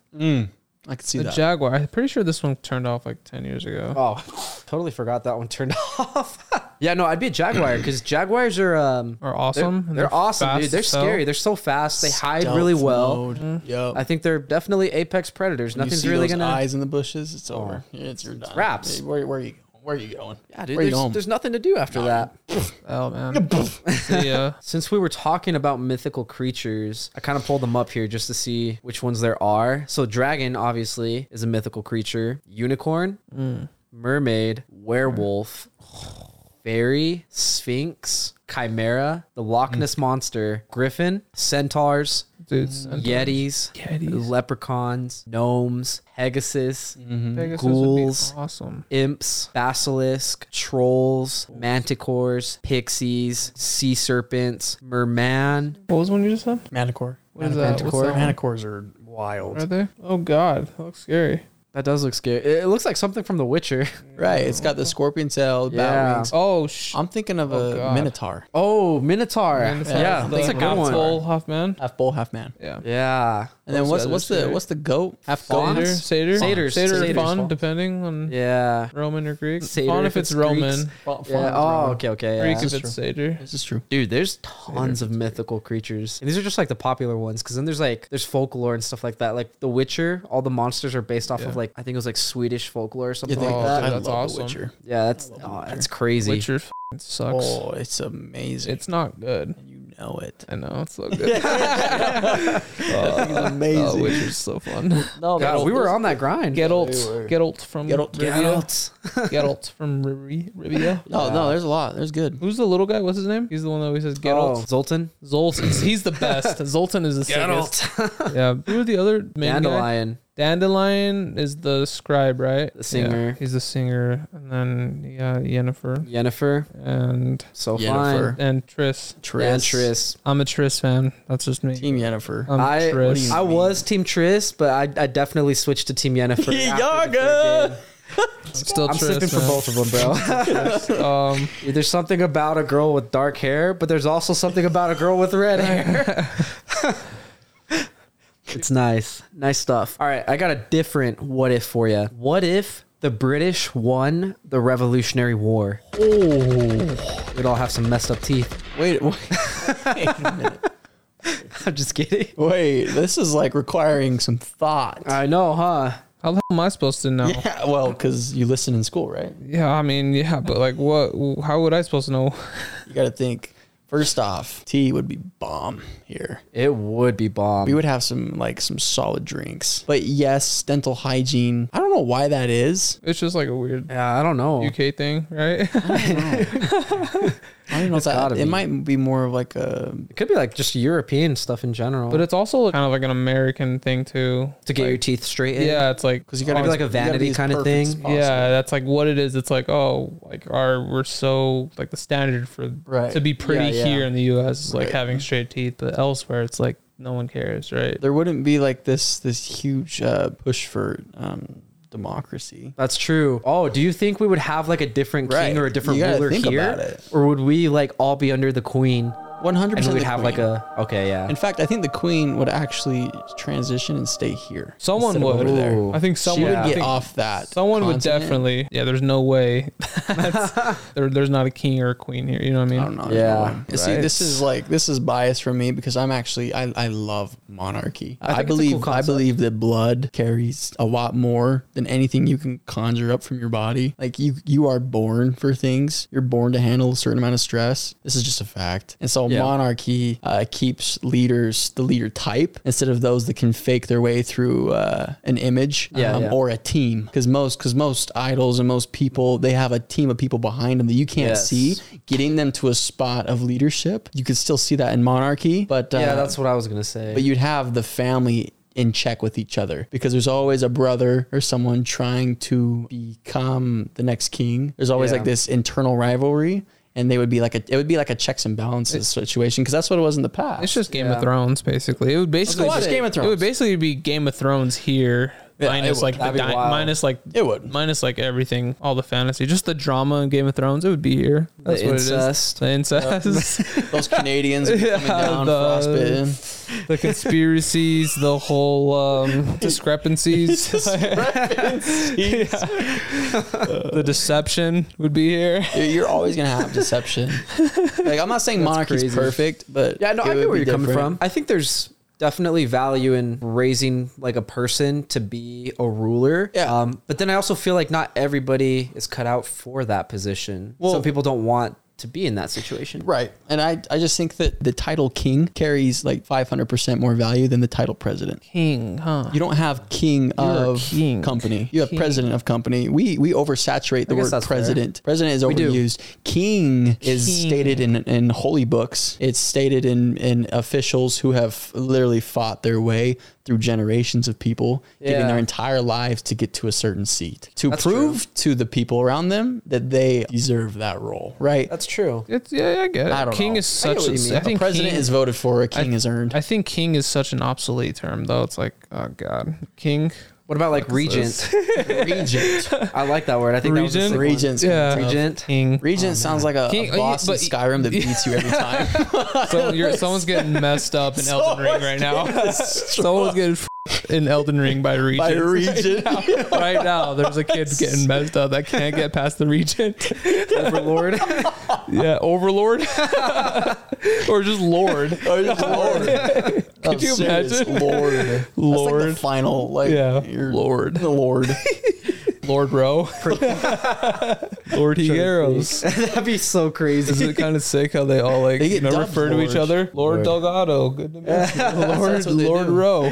[SPEAKER 1] I could see
[SPEAKER 2] The
[SPEAKER 1] that.
[SPEAKER 2] Jaguar. I'm pretty sure this one turned off like 10 years ago.
[SPEAKER 3] Oh, totally forgot that one turned <laughs> off. yeah, no, I'd be a jaguar because jaguars are um
[SPEAKER 2] Are awesome. and
[SPEAKER 3] they're, awesome,
[SPEAKER 2] fast
[SPEAKER 3] dude. They're
[SPEAKER 2] as hell.
[SPEAKER 3] scary. They're so fast. They hide really well.
[SPEAKER 1] Yo,
[SPEAKER 3] I think they're definitely apex predators.
[SPEAKER 1] you
[SPEAKER 3] Nothing's
[SPEAKER 1] see
[SPEAKER 3] really
[SPEAKER 1] those
[SPEAKER 3] gonna.
[SPEAKER 1] eyes in the bushes. It's over. It's, you're done.
[SPEAKER 3] wraps.
[SPEAKER 1] Hey, Where, where are you? Where are you going?
[SPEAKER 3] Yeah, dude,
[SPEAKER 1] Where you
[SPEAKER 3] there's,
[SPEAKER 1] going?
[SPEAKER 3] there's nothing to do after that.
[SPEAKER 2] Oh man. <laughs> See ya.
[SPEAKER 3] Since we were talking about mythical creatures, I kind of pulled them up here just to see which ones there are. So, dragon obviously is a mythical creature, unicorn, mermaid, werewolf, fairy, sphinx, chimera, the Loch Ness monster, griffin, centaurs,
[SPEAKER 2] Dude, <laughs>
[SPEAKER 3] yetis,
[SPEAKER 2] Yetis.
[SPEAKER 3] leprechauns, gnomes, pegasus,
[SPEAKER 2] Pegasus
[SPEAKER 3] Ghouls.
[SPEAKER 2] Would be awesome.
[SPEAKER 3] imps, basilisk, trolls, manticores, pixies, sea serpents, merman.
[SPEAKER 2] What was one you just said?
[SPEAKER 1] Manticore.
[SPEAKER 2] What is that? What's that one?
[SPEAKER 1] Manticores are wild.
[SPEAKER 2] Are they? Oh god, that looks scary.
[SPEAKER 3] That does look scary. It it looks like something from The Witcher. <laughs>
[SPEAKER 1] Right. It's got the scorpion tail,
[SPEAKER 3] Yeah.
[SPEAKER 1] bat wings.
[SPEAKER 2] Oh sh.
[SPEAKER 1] I'm thinking of
[SPEAKER 2] Oh,
[SPEAKER 1] a
[SPEAKER 2] God.
[SPEAKER 1] minotaur.
[SPEAKER 3] Oh, Minotaur. Yeah,
[SPEAKER 2] the
[SPEAKER 3] that's a good one.
[SPEAKER 2] Hoffman. Hoffman.
[SPEAKER 1] Half bull, half man.
[SPEAKER 2] Yeah.
[SPEAKER 3] Yeah.
[SPEAKER 1] And then
[SPEAKER 2] Those
[SPEAKER 1] what's
[SPEAKER 2] guys are
[SPEAKER 1] what's the
[SPEAKER 2] scary.
[SPEAKER 1] what's the goat? Half
[SPEAKER 3] Fawn?
[SPEAKER 1] fawn.
[SPEAKER 2] Seder,
[SPEAKER 3] Fawns?
[SPEAKER 2] Seder,
[SPEAKER 3] Satyrs.
[SPEAKER 2] Seder,
[SPEAKER 3] Satyrs.
[SPEAKER 2] or fawn, depending on
[SPEAKER 3] Yeah.
[SPEAKER 2] Roman or Greek.
[SPEAKER 3] Satyr
[SPEAKER 2] fawn
[SPEAKER 3] if
[SPEAKER 2] if it's,
[SPEAKER 3] it's
[SPEAKER 2] Roman,
[SPEAKER 3] Greeks.
[SPEAKER 1] Fawn- fawn
[SPEAKER 3] Yeah.
[SPEAKER 1] is
[SPEAKER 3] Oh,
[SPEAKER 1] wrong.
[SPEAKER 3] okay, okay.
[SPEAKER 2] Greek
[SPEAKER 3] Yeah.
[SPEAKER 2] if it's Seder.
[SPEAKER 1] This is true.
[SPEAKER 3] Dude, there's tons of mythical creatures. And these are just like the popular ones cuz then there's like there's folklore and stuff like that. Like The Witcher, all the monsters are based off of like I think it was like Swedish folklore or something
[SPEAKER 2] think-
[SPEAKER 3] like
[SPEAKER 2] Oh,
[SPEAKER 3] that.
[SPEAKER 2] dude, that's awesome.
[SPEAKER 3] Yeah, that's oh, that's crazy.
[SPEAKER 2] Witcher f***ing sucks.
[SPEAKER 1] Oh, it's amazing.
[SPEAKER 2] It's not good.
[SPEAKER 1] you know
[SPEAKER 2] <laughs>
[SPEAKER 1] it.
[SPEAKER 2] I know it's so good.
[SPEAKER 3] <laughs>
[SPEAKER 1] It's
[SPEAKER 2] oh,
[SPEAKER 1] amazing.
[SPEAKER 2] Witcher's so fun.
[SPEAKER 3] <laughs>
[SPEAKER 1] no,
[SPEAKER 3] God, we were on that grind.
[SPEAKER 2] Geralt, Geralt from
[SPEAKER 1] Geralt-
[SPEAKER 3] <laughs>
[SPEAKER 2] Rivia. Geralt from Rivi- Rivia.
[SPEAKER 1] No, no, there's a lot. There's good.
[SPEAKER 2] Who's the little guy? What's his name? He's the one that always says
[SPEAKER 3] Oh,
[SPEAKER 2] Geralt.
[SPEAKER 3] Zoltan.
[SPEAKER 2] Zoltan. He's the best.
[SPEAKER 3] <laughs>
[SPEAKER 2] Zoltan is the sickest. Yeah. Who are the other main guy?
[SPEAKER 3] Dandelion.
[SPEAKER 2] Dandelion is the scribe, right? The
[SPEAKER 3] singer.
[SPEAKER 2] he's the singer, and then yeah, Yennefer
[SPEAKER 3] Yennefer.
[SPEAKER 2] and
[SPEAKER 3] So
[SPEAKER 1] Yennefer.
[SPEAKER 3] fine.
[SPEAKER 2] and Triss.
[SPEAKER 3] And
[SPEAKER 1] Triss.
[SPEAKER 3] Triss.
[SPEAKER 2] I'm a Triss fan. That's just me.
[SPEAKER 1] Team Yennefer.
[SPEAKER 2] I'm
[SPEAKER 3] I
[SPEAKER 2] Triss.
[SPEAKER 3] I was Team Triss, but I, I definitely switched to Team Yennefer. after the third game.
[SPEAKER 2] still
[SPEAKER 3] I'm
[SPEAKER 2] Triss.
[SPEAKER 3] sipping for
[SPEAKER 2] man.
[SPEAKER 3] both of them, bro.
[SPEAKER 2] Um,
[SPEAKER 3] there's something about a girl with dark hair, but there's also something about a girl with red hair. it's nice, nice stuff. All right, I got a different what if for you. What if the British won the Revolutionary War? Oh, we'd all have some messed up teeth. <laughs>
[SPEAKER 1] Wait, <laughs> wait, wait a minute.
[SPEAKER 3] I'm just kidding.
[SPEAKER 1] Wait, this is like requiring some thought.
[SPEAKER 3] I know, huh?
[SPEAKER 2] how the hell am I supposed to know? Yeah.
[SPEAKER 1] Yeah, well, because you listen in school, right?
[SPEAKER 2] I mean, yeah, but like, what? How would I supposed to know? <laughs>
[SPEAKER 1] You got to think. First off, tea would be bomb here.
[SPEAKER 3] It would be bomb.
[SPEAKER 1] We would have some like some solid drinks. But yes, dental hygiene. I don't know why that is.
[SPEAKER 2] It's just like a weird
[SPEAKER 3] yeah, I don't know.
[SPEAKER 2] UK thing, right? <laughs>
[SPEAKER 1] I don't even know if that.
[SPEAKER 3] gotta
[SPEAKER 1] It
[SPEAKER 3] be.
[SPEAKER 1] might be more of like a
[SPEAKER 3] It could be like just European stuff in general.
[SPEAKER 2] but it's also kind of like an American thing too.
[SPEAKER 3] to get your teeth straightened.
[SPEAKER 2] Yeah, it's like
[SPEAKER 1] because you got to
[SPEAKER 3] Be like a vanity kinda thing.
[SPEAKER 2] Yeah, that's like what it is. It's like oh, like our we're so like the standard for
[SPEAKER 1] Right.
[SPEAKER 2] to be pretty
[SPEAKER 3] Yeah, yeah.
[SPEAKER 2] here in the U.S. is like
[SPEAKER 1] Right.
[SPEAKER 2] having straight teeth, but elsewhere it's like no one cares, right?
[SPEAKER 1] There wouldn't be like this this huge uh, push for um, democracy.
[SPEAKER 3] That's true. Oh, do you think we would have like a different king
[SPEAKER 1] Right.
[SPEAKER 3] or a different
[SPEAKER 1] You gotta
[SPEAKER 3] ruler
[SPEAKER 1] think
[SPEAKER 3] here?
[SPEAKER 1] about it.
[SPEAKER 3] Or would we like all be under the queen
[SPEAKER 1] One hundred
[SPEAKER 3] and
[SPEAKER 1] percent.
[SPEAKER 3] we'd have like a okay, yeah.
[SPEAKER 1] In fact, I think the queen would actually transition and stay here.
[SPEAKER 2] Someone
[SPEAKER 1] instead of
[SPEAKER 2] would.
[SPEAKER 1] over there.
[SPEAKER 3] Ooh.
[SPEAKER 2] I think
[SPEAKER 1] She
[SPEAKER 2] someone
[SPEAKER 1] would
[SPEAKER 3] Yeah.
[SPEAKER 2] I
[SPEAKER 1] get
[SPEAKER 2] think
[SPEAKER 1] off that.
[SPEAKER 2] Someone would
[SPEAKER 1] continent.
[SPEAKER 2] definitely. Yeah, there's no way. <laughs>
[SPEAKER 1] <laughs>
[SPEAKER 2] That's- there, there's not a king or a queen here. You know what I mean?
[SPEAKER 1] I don't know.
[SPEAKER 3] Yeah.
[SPEAKER 1] And See,
[SPEAKER 2] Right.
[SPEAKER 1] this is like this is bias for me because I'm actually I, I love monarchy. I,
[SPEAKER 3] think it's a
[SPEAKER 1] believe
[SPEAKER 3] cool
[SPEAKER 1] I
[SPEAKER 3] concept.
[SPEAKER 1] believe that blood carries a lot more than anything you can conjure up from your body. Like you you are born for things. You're born to handle a certain amount of stress. This is just a fact. And so
[SPEAKER 3] Yeah.
[SPEAKER 1] monarchy uh, keeps leaders the leader type instead of those that can fake their way through uh, an image um,
[SPEAKER 3] Yeah, yeah.
[SPEAKER 1] or a team. Because most because most idols and most people they have a team of people behind them that you can't
[SPEAKER 3] Yes.
[SPEAKER 1] see getting them to a spot of leadership. You could still see that in monarchy, but uh,
[SPEAKER 3] yeah, that's what I was gonna say.
[SPEAKER 1] but you'd have the family in check with each other because there's always a brother or someone trying to become the next king. There's always
[SPEAKER 3] Yeah.
[SPEAKER 1] like this internal rivalry. And they would be like a it would be like a checks and balances situation because that's what it was in the past.
[SPEAKER 2] It's just Game
[SPEAKER 3] Yeah.
[SPEAKER 2] of Thrones, basically. It would basically
[SPEAKER 1] It's just Game of
[SPEAKER 2] It
[SPEAKER 1] Thrones.
[SPEAKER 2] would basically be Game of Thrones here,
[SPEAKER 1] Yeah,
[SPEAKER 2] minus
[SPEAKER 1] it would.
[SPEAKER 2] like the
[SPEAKER 3] That'd be
[SPEAKER 2] di-
[SPEAKER 3] wild.
[SPEAKER 2] minus like
[SPEAKER 1] It would.
[SPEAKER 2] minus like everything, all the fantasy, just the drama in Game of Thrones. It would be here. That's what
[SPEAKER 3] incest.
[SPEAKER 2] it is. The incest, <laughs>
[SPEAKER 1] those
[SPEAKER 3] <laughs>
[SPEAKER 1] Canadians would be coming
[SPEAKER 2] Yeah,
[SPEAKER 1] down
[SPEAKER 2] the-
[SPEAKER 1] frostbitten.
[SPEAKER 2] the conspiracies, the whole <laughs> um, <laughs> discrepancies,
[SPEAKER 1] <laughs>
[SPEAKER 2] <laughs> the deception would be here.
[SPEAKER 1] You're- You're always gonna have
[SPEAKER 3] <laughs>
[SPEAKER 1] deception. like I'm not saying monarchy's
[SPEAKER 3] crazy.
[SPEAKER 1] perfect, but
[SPEAKER 3] yeah, no,
[SPEAKER 1] it
[SPEAKER 3] I
[SPEAKER 1] would
[SPEAKER 3] get where
[SPEAKER 1] be
[SPEAKER 3] you're coming
[SPEAKER 1] different.
[SPEAKER 3] from. I think there's definitely value in raising like a person to be a ruler.
[SPEAKER 1] Yeah.
[SPEAKER 3] Um, but then I also feel like not everybody is cut out for that position.
[SPEAKER 1] Well-
[SPEAKER 3] Some people don't want to be in that situation.
[SPEAKER 1] Right. And I, I just think that the title king carries like 500% more value than the title president.
[SPEAKER 2] King, huh?
[SPEAKER 1] You don't have king of
[SPEAKER 2] king.
[SPEAKER 1] company. You have
[SPEAKER 2] King.
[SPEAKER 1] president of company. We we oversaturate the
[SPEAKER 3] guess
[SPEAKER 1] word
[SPEAKER 3] that's fair.
[SPEAKER 1] president. President is
[SPEAKER 3] do.
[SPEAKER 1] overused. King is
[SPEAKER 2] King.
[SPEAKER 1] stated in in holy books. It's stated in in officials who have literally fought their way through generations of people, giving
[SPEAKER 3] Yeah.
[SPEAKER 1] their entire lives to get to a certain seat to
[SPEAKER 3] That's
[SPEAKER 1] prove to the people around them that they deserve that role. Right.
[SPEAKER 3] That's true.
[SPEAKER 2] It's yeah, I get it.
[SPEAKER 1] I don't
[SPEAKER 2] king
[SPEAKER 1] know.
[SPEAKER 2] is
[SPEAKER 1] I get
[SPEAKER 2] such.
[SPEAKER 1] what you mean.
[SPEAKER 2] a, I think
[SPEAKER 1] a president
[SPEAKER 2] king,
[SPEAKER 1] is voted for. A king is earned.
[SPEAKER 2] I think king is such an obsolete term though. It's like oh god, king.
[SPEAKER 3] What about like regent?
[SPEAKER 1] <laughs> regent.
[SPEAKER 3] <laughs> I like that word. I think that was
[SPEAKER 2] Regent?
[SPEAKER 3] a sick one.
[SPEAKER 1] Regent's
[SPEAKER 2] Yeah,
[SPEAKER 3] Regent.
[SPEAKER 2] King.
[SPEAKER 1] Regent sounds like a,
[SPEAKER 2] King-
[SPEAKER 1] a boss
[SPEAKER 2] Oh, but-
[SPEAKER 1] in Skyrim that beats you
[SPEAKER 2] <laughs>
[SPEAKER 1] every time.
[SPEAKER 2] So you're, someone's getting messed up in Elden Ring right now. Someone's getting f- in Elden Ring by regent. Oh,
[SPEAKER 1] by <laughs> Regent.
[SPEAKER 2] <laughs> right now, there's a kid getting messed up that can't get past the regent.
[SPEAKER 3] Overlord.
[SPEAKER 2] <laughs> Yeah, overlord, <laughs> or just lord.
[SPEAKER 1] Or just Lord.
[SPEAKER 2] <laughs>
[SPEAKER 1] Could
[SPEAKER 2] you imagine? <laughs>
[SPEAKER 1] Lord. That's like the
[SPEAKER 2] Lord.
[SPEAKER 1] final, like,
[SPEAKER 2] Yeah.
[SPEAKER 1] your-
[SPEAKER 2] Lord.
[SPEAKER 1] The
[SPEAKER 2] <laughs>
[SPEAKER 1] Lord.
[SPEAKER 2] Lord Rowe. <laughs> Lord Higueros.
[SPEAKER 3] <laughs> That'd be so <laughs>
[SPEAKER 2] Is
[SPEAKER 3] crazy.
[SPEAKER 2] it kind of sick how they all like
[SPEAKER 1] They get
[SPEAKER 2] you know,
[SPEAKER 1] dubbed
[SPEAKER 2] refer to each
[SPEAKER 1] Lord.
[SPEAKER 2] other? Lord, Delgado, good to meet you. Lord,
[SPEAKER 1] That's what they
[SPEAKER 2] Lord
[SPEAKER 1] do.
[SPEAKER 2] Rowe.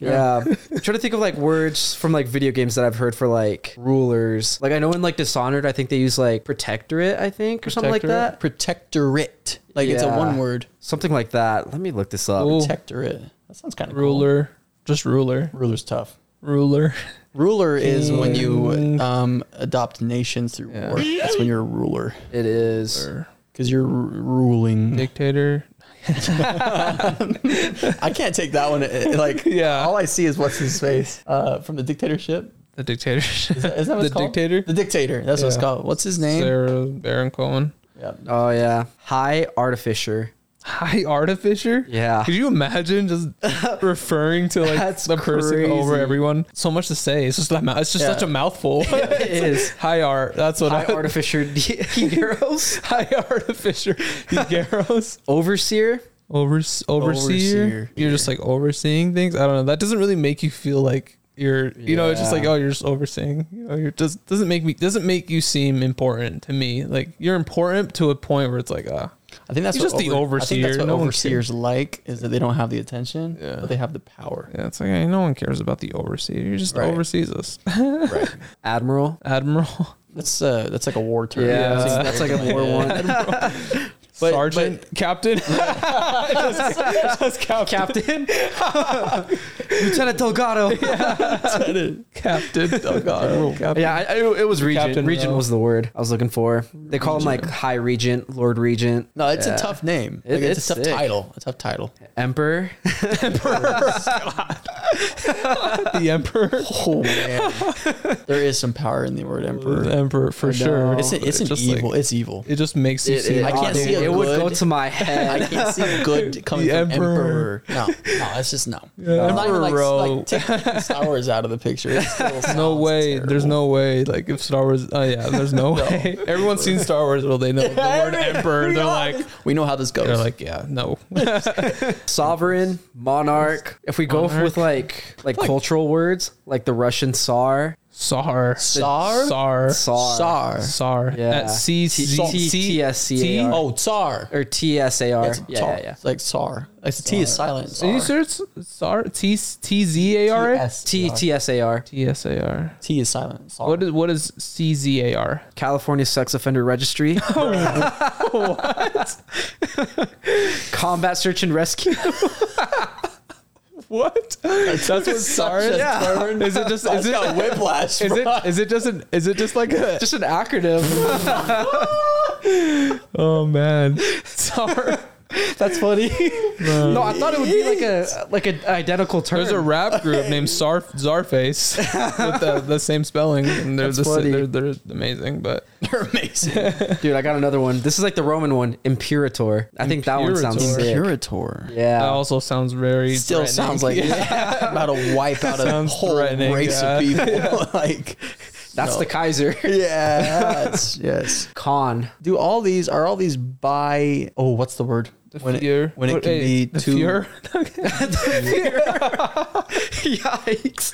[SPEAKER 3] Yeah. I'm trying to think of like words from like video games that I've heard for like rulers. Like I know in like Dishonored, I think they use like protectorate, I think, or something like
[SPEAKER 2] Protectorate?
[SPEAKER 3] that.
[SPEAKER 1] Protectorate. Like, it's a
[SPEAKER 3] Yeah.
[SPEAKER 1] one word.
[SPEAKER 3] Something like that. Let me look this up.
[SPEAKER 2] Ooh.
[SPEAKER 1] Protectorate. That sounds kind of
[SPEAKER 2] Ruler. Just ruler.
[SPEAKER 1] Cool. Ruler's tough.
[SPEAKER 2] Ruler.
[SPEAKER 1] Ruler is when you
[SPEAKER 2] King.
[SPEAKER 1] um, adopt nations through war. That's when you're a ruler.
[SPEAKER 3] It is.
[SPEAKER 1] Because you're r- ruling.
[SPEAKER 2] Dictator.
[SPEAKER 1] I can't take that one. eh, Like,
[SPEAKER 2] Yeah.
[SPEAKER 1] all I see is what's his
[SPEAKER 2] <laughs>
[SPEAKER 1] face uh, from the dictatorship.
[SPEAKER 2] The dictator.
[SPEAKER 1] Is <laughs> that what
[SPEAKER 2] the
[SPEAKER 1] it's called?
[SPEAKER 2] dictator?
[SPEAKER 1] The dictator. That's what it's
[SPEAKER 2] Yeah.
[SPEAKER 1] called. What's his name?
[SPEAKER 2] Sarah Baron Cohen.
[SPEAKER 1] Yep.
[SPEAKER 3] Oh yeah. High artificer.
[SPEAKER 2] High artificer?
[SPEAKER 3] Yeah.
[SPEAKER 2] Could you imagine just referring to like
[SPEAKER 3] That's
[SPEAKER 2] the person over
[SPEAKER 3] crazy.
[SPEAKER 2] everyone? So much to say. It's just like mou- it's just
[SPEAKER 1] Yeah.
[SPEAKER 2] such a mouthful.
[SPEAKER 3] It is.
[SPEAKER 2] High art. That's what
[SPEAKER 3] High
[SPEAKER 2] I <laughs>
[SPEAKER 3] artificer <laughs> D- heroes.
[SPEAKER 2] High artificer. Higueros.
[SPEAKER 3] Overseer.
[SPEAKER 2] Overs- overseer.
[SPEAKER 1] Overseer.
[SPEAKER 2] You're just like overseeing things. I don't know. That doesn't really make you feel like you're. You know, it's just
[SPEAKER 3] Yeah.
[SPEAKER 2] like oh, you're just overseeing. You know, you're just doesn't make me doesn't make you seem important to me. Like you're important to a point where it's like ah.
[SPEAKER 1] I think that's
[SPEAKER 2] He's
[SPEAKER 1] what
[SPEAKER 2] just the
[SPEAKER 1] I think that's
[SPEAKER 2] overseer.
[SPEAKER 1] what
[SPEAKER 2] No one
[SPEAKER 1] overseers like is that they don't have the attention,
[SPEAKER 2] Yeah.
[SPEAKER 1] but they have the power.
[SPEAKER 2] Yeah, it's like hey, no one cares about the overseer. You just
[SPEAKER 1] Right.
[SPEAKER 2] oversees us, <laughs>
[SPEAKER 1] Right.
[SPEAKER 3] Admiral.
[SPEAKER 2] admiral,
[SPEAKER 1] That's uh, that's like a war term.
[SPEAKER 3] Yeah,
[SPEAKER 1] That's,
[SPEAKER 3] that's like a war one.
[SPEAKER 1] But-
[SPEAKER 2] sergeant, captain, Just- just captain,
[SPEAKER 3] Captain. Lieutenant Delgado.
[SPEAKER 2] <laughs> captain. Oh
[SPEAKER 1] <laughs>
[SPEAKER 2] god, captain.
[SPEAKER 3] Yeah, I, I, it was regent.
[SPEAKER 2] Captain
[SPEAKER 3] regent
[SPEAKER 2] Rowe.
[SPEAKER 3] was the word I was looking for. They call him like High Regent, Lord Regent,
[SPEAKER 1] No, it's
[SPEAKER 3] Yeah.
[SPEAKER 1] a tough name.
[SPEAKER 3] It-
[SPEAKER 1] Like, it's,
[SPEAKER 3] it's
[SPEAKER 1] a tough
[SPEAKER 3] sick.
[SPEAKER 1] title. A tough
[SPEAKER 2] <laughs>
[SPEAKER 1] title.
[SPEAKER 3] <laughs> Emperor.
[SPEAKER 2] the emperor,
[SPEAKER 1] <laughs> Oh man, there is some power in the word
[SPEAKER 2] the
[SPEAKER 1] emperor.
[SPEAKER 2] emperor for sure.
[SPEAKER 1] It's an, it's an
[SPEAKER 2] just
[SPEAKER 1] evil.
[SPEAKER 2] Like,
[SPEAKER 1] it's evil.
[SPEAKER 2] it just makes you see.
[SPEAKER 1] I
[SPEAKER 2] like,
[SPEAKER 1] can't
[SPEAKER 3] oh,
[SPEAKER 1] see
[SPEAKER 3] dude,
[SPEAKER 1] a
[SPEAKER 3] it would go
[SPEAKER 1] good-
[SPEAKER 3] to my
[SPEAKER 1] I
[SPEAKER 3] head.
[SPEAKER 1] can't see good coming
[SPEAKER 2] <laughs> The
[SPEAKER 1] from
[SPEAKER 2] emperor.
[SPEAKER 1] emperor. No,
[SPEAKER 2] <laughs>
[SPEAKER 1] no, that's just no. I'm not even like,
[SPEAKER 2] Emperor.
[SPEAKER 1] like take Star Wars out of the picture. It still
[SPEAKER 2] <laughs> No
[SPEAKER 1] sounds
[SPEAKER 2] way. There's
[SPEAKER 1] terrible.
[SPEAKER 2] no way. Like if Star Wars, oh yeah, there's no, way. Everyone's seen Star Wars, well they know the word emperor. They're like,
[SPEAKER 1] We know how this goes.
[SPEAKER 2] they're like, yeah, no.
[SPEAKER 3] <laughs> Sovereign, monarch. If we go
[SPEAKER 2] Monarch.
[SPEAKER 3] with like like cultural words, like the Russian Tsar,
[SPEAKER 2] Sar,
[SPEAKER 1] Tsar?
[SPEAKER 2] sar,
[SPEAKER 3] Tsar,
[SPEAKER 1] Tsar.
[SPEAKER 2] sar.
[SPEAKER 3] Yeah.
[SPEAKER 2] At C
[SPEAKER 3] T-
[SPEAKER 2] C
[SPEAKER 3] T-
[SPEAKER 2] C
[SPEAKER 3] TSCAR.
[SPEAKER 1] Oh, Tsar.
[SPEAKER 3] or T S A R.
[SPEAKER 1] It's
[SPEAKER 3] Yeah,
[SPEAKER 1] tar.
[SPEAKER 3] yeah, yeah.
[SPEAKER 1] It's like SAR. Like the T is silent.
[SPEAKER 2] Are you
[SPEAKER 1] Tsar.
[SPEAKER 2] sure it's sar? T T Z A R A?
[SPEAKER 3] T T S A R.
[SPEAKER 2] T S A R.
[SPEAKER 1] T is silent. Tsar.
[SPEAKER 2] What is what is C Z A R?
[SPEAKER 3] California Sex Offender Registry. what? <laughs> Combat Search and Rescue.
[SPEAKER 2] What?
[SPEAKER 1] <laughs>
[SPEAKER 2] That's what sar is.
[SPEAKER 1] Yeah. <laughs>
[SPEAKER 2] Is it just is
[SPEAKER 1] It's
[SPEAKER 2] it
[SPEAKER 1] got whiplash.
[SPEAKER 2] <laughs> is it
[SPEAKER 1] bro.
[SPEAKER 2] is it just an, is it just
[SPEAKER 3] <laughs>
[SPEAKER 2] like a
[SPEAKER 3] Just an <laughs> acronym.
[SPEAKER 2] oh man sar?
[SPEAKER 3] That's
[SPEAKER 1] <laughs>
[SPEAKER 3] funny. no, I thought it would be like a like an identical term.
[SPEAKER 2] There's a rap group named Sar Zarface with the, the same spelling, and they're
[SPEAKER 3] That's
[SPEAKER 2] the, sa-
[SPEAKER 3] funny.
[SPEAKER 2] they're they're amazing. But
[SPEAKER 1] They're
[SPEAKER 2] <laughs>
[SPEAKER 1] amazing.
[SPEAKER 3] Dude, I got another one. This is like the Roman one, Imperator. I think that one sounds
[SPEAKER 2] Imperator.
[SPEAKER 3] sick.
[SPEAKER 1] Imperator.
[SPEAKER 3] Yeah.
[SPEAKER 2] that also sounds very
[SPEAKER 1] Still
[SPEAKER 2] <laughs>
[SPEAKER 1] <laughs>
[SPEAKER 2] threatening.
[SPEAKER 1] sounds like about to wipe out a
[SPEAKER 2] Sounds
[SPEAKER 1] whole
[SPEAKER 2] threatening, <laughs>
[SPEAKER 1] race of people. <laughs> like
[SPEAKER 3] That's the <laughs> Kaiser.
[SPEAKER 1] Yes. yes.
[SPEAKER 3] Con.
[SPEAKER 1] Do all these are all these by oh what's the word when
[SPEAKER 2] Fear.
[SPEAKER 1] it when it
[SPEAKER 2] What-
[SPEAKER 1] can
[SPEAKER 2] hey,
[SPEAKER 1] be
[SPEAKER 2] the
[SPEAKER 1] two
[SPEAKER 3] <laughs>
[SPEAKER 2] fear?
[SPEAKER 3] Yikes.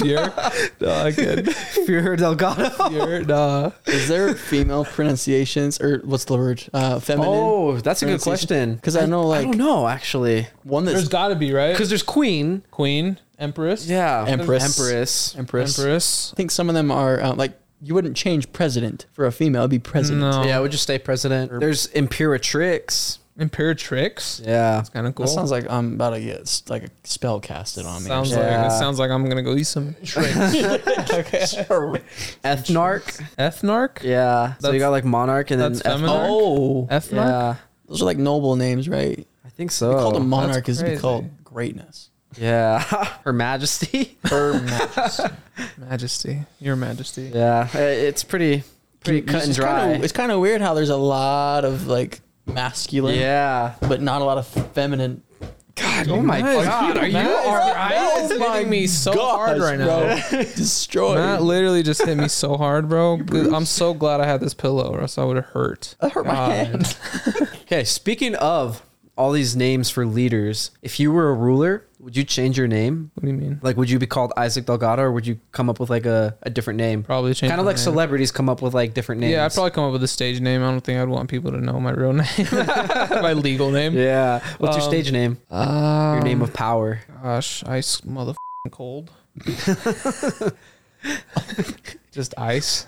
[SPEAKER 2] fear. Nah,
[SPEAKER 3] <laughs>
[SPEAKER 2] good.
[SPEAKER 3] Fear Delgado.
[SPEAKER 2] Fear. Nah.
[SPEAKER 1] is
[SPEAKER 2] <laughs>
[SPEAKER 1] there female pronunciations or what's the word uh feminine
[SPEAKER 3] Oh, that's a good question.
[SPEAKER 1] because I know
[SPEAKER 3] I
[SPEAKER 1] like
[SPEAKER 3] don't know actually.
[SPEAKER 1] one that's
[SPEAKER 2] There's got to be right.
[SPEAKER 3] Because there's Queen.
[SPEAKER 2] Queen, Empress,
[SPEAKER 3] Yeah.
[SPEAKER 1] Empress.
[SPEAKER 3] Empress.
[SPEAKER 1] empress.
[SPEAKER 2] Empress.
[SPEAKER 1] I think some of them are uh, like you wouldn't change president for a female it'd be president
[SPEAKER 2] No.
[SPEAKER 3] Yeah, would just stay president. There's Imperatrix.
[SPEAKER 2] Imperatrix.
[SPEAKER 3] Yeah.
[SPEAKER 2] Kind of cool.
[SPEAKER 1] that sounds like I'm about to get s- like a spell casted on me or
[SPEAKER 2] Sounds
[SPEAKER 1] something.
[SPEAKER 2] like
[SPEAKER 3] Yeah.
[SPEAKER 2] it sounds like I'm gonna go eat some tricks.
[SPEAKER 1] <laughs>
[SPEAKER 3] Ethnarch.
[SPEAKER 2] Ethnarch.
[SPEAKER 3] Yeah. So you
[SPEAKER 2] That's-
[SPEAKER 3] got like Monarch and then
[SPEAKER 2] that's
[SPEAKER 3] Eth-
[SPEAKER 2] feminine.
[SPEAKER 1] oh
[SPEAKER 2] Ethnarch.
[SPEAKER 3] Yeah.
[SPEAKER 1] those are like noble names right
[SPEAKER 3] I think so.
[SPEAKER 1] called a monarch
[SPEAKER 2] Oh, that's
[SPEAKER 1] is
[SPEAKER 2] crazy.
[SPEAKER 1] called greatness
[SPEAKER 3] yeah. Her Majesty.
[SPEAKER 1] her
[SPEAKER 2] <laughs>
[SPEAKER 1] majesty
[SPEAKER 2] Majesty. Your Majesty.
[SPEAKER 3] yeah. i- It's pretty pretty cut and
[SPEAKER 1] It's
[SPEAKER 3] dry.
[SPEAKER 1] kinda- it's kind of weird how there's a lot of like masculine
[SPEAKER 3] yeah.
[SPEAKER 1] but not a lot of feminine
[SPEAKER 3] God, oh my God. Are you
[SPEAKER 2] Matt,
[SPEAKER 3] all
[SPEAKER 2] Matt
[SPEAKER 3] right? Oh
[SPEAKER 2] is hitting me so hard right now.
[SPEAKER 1] <laughs> bro. Destroyed. <laughs>
[SPEAKER 2] Matt literally just hit me so hard, bro. I'm so glad I had this pillow, or else I would have hurt.
[SPEAKER 1] that hurt my hand.
[SPEAKER 3] Okay, speaking of all these names for leaders, if you were a ruler, would you change your name?
[SPEAKER 2] What do you mean?
[SPEAKER 3] Like, would you be called Isaac Delgado or would you come up with like a, a different name?
[SPEAKER 2] Probably change
[SPEAKER 3] Kind of
[SPEAKER 2] my
[SPEAKER 3] like
[SPEAKER 2] name.
[SPEAKER 3] celebrities come up with like different names.
[SPEAKER 2] Yeah, I'd probably come up with a stage name. I don't think I'd want people to know my real <laughs> name, my legal name.
[SPEAKER 3] Yeah. What's your stage name?
[SPEAKER 2] Um,
[SPEAKER 3] Your name of power.
[SPEAKER 2] Gosh, ice mother cold. just ice,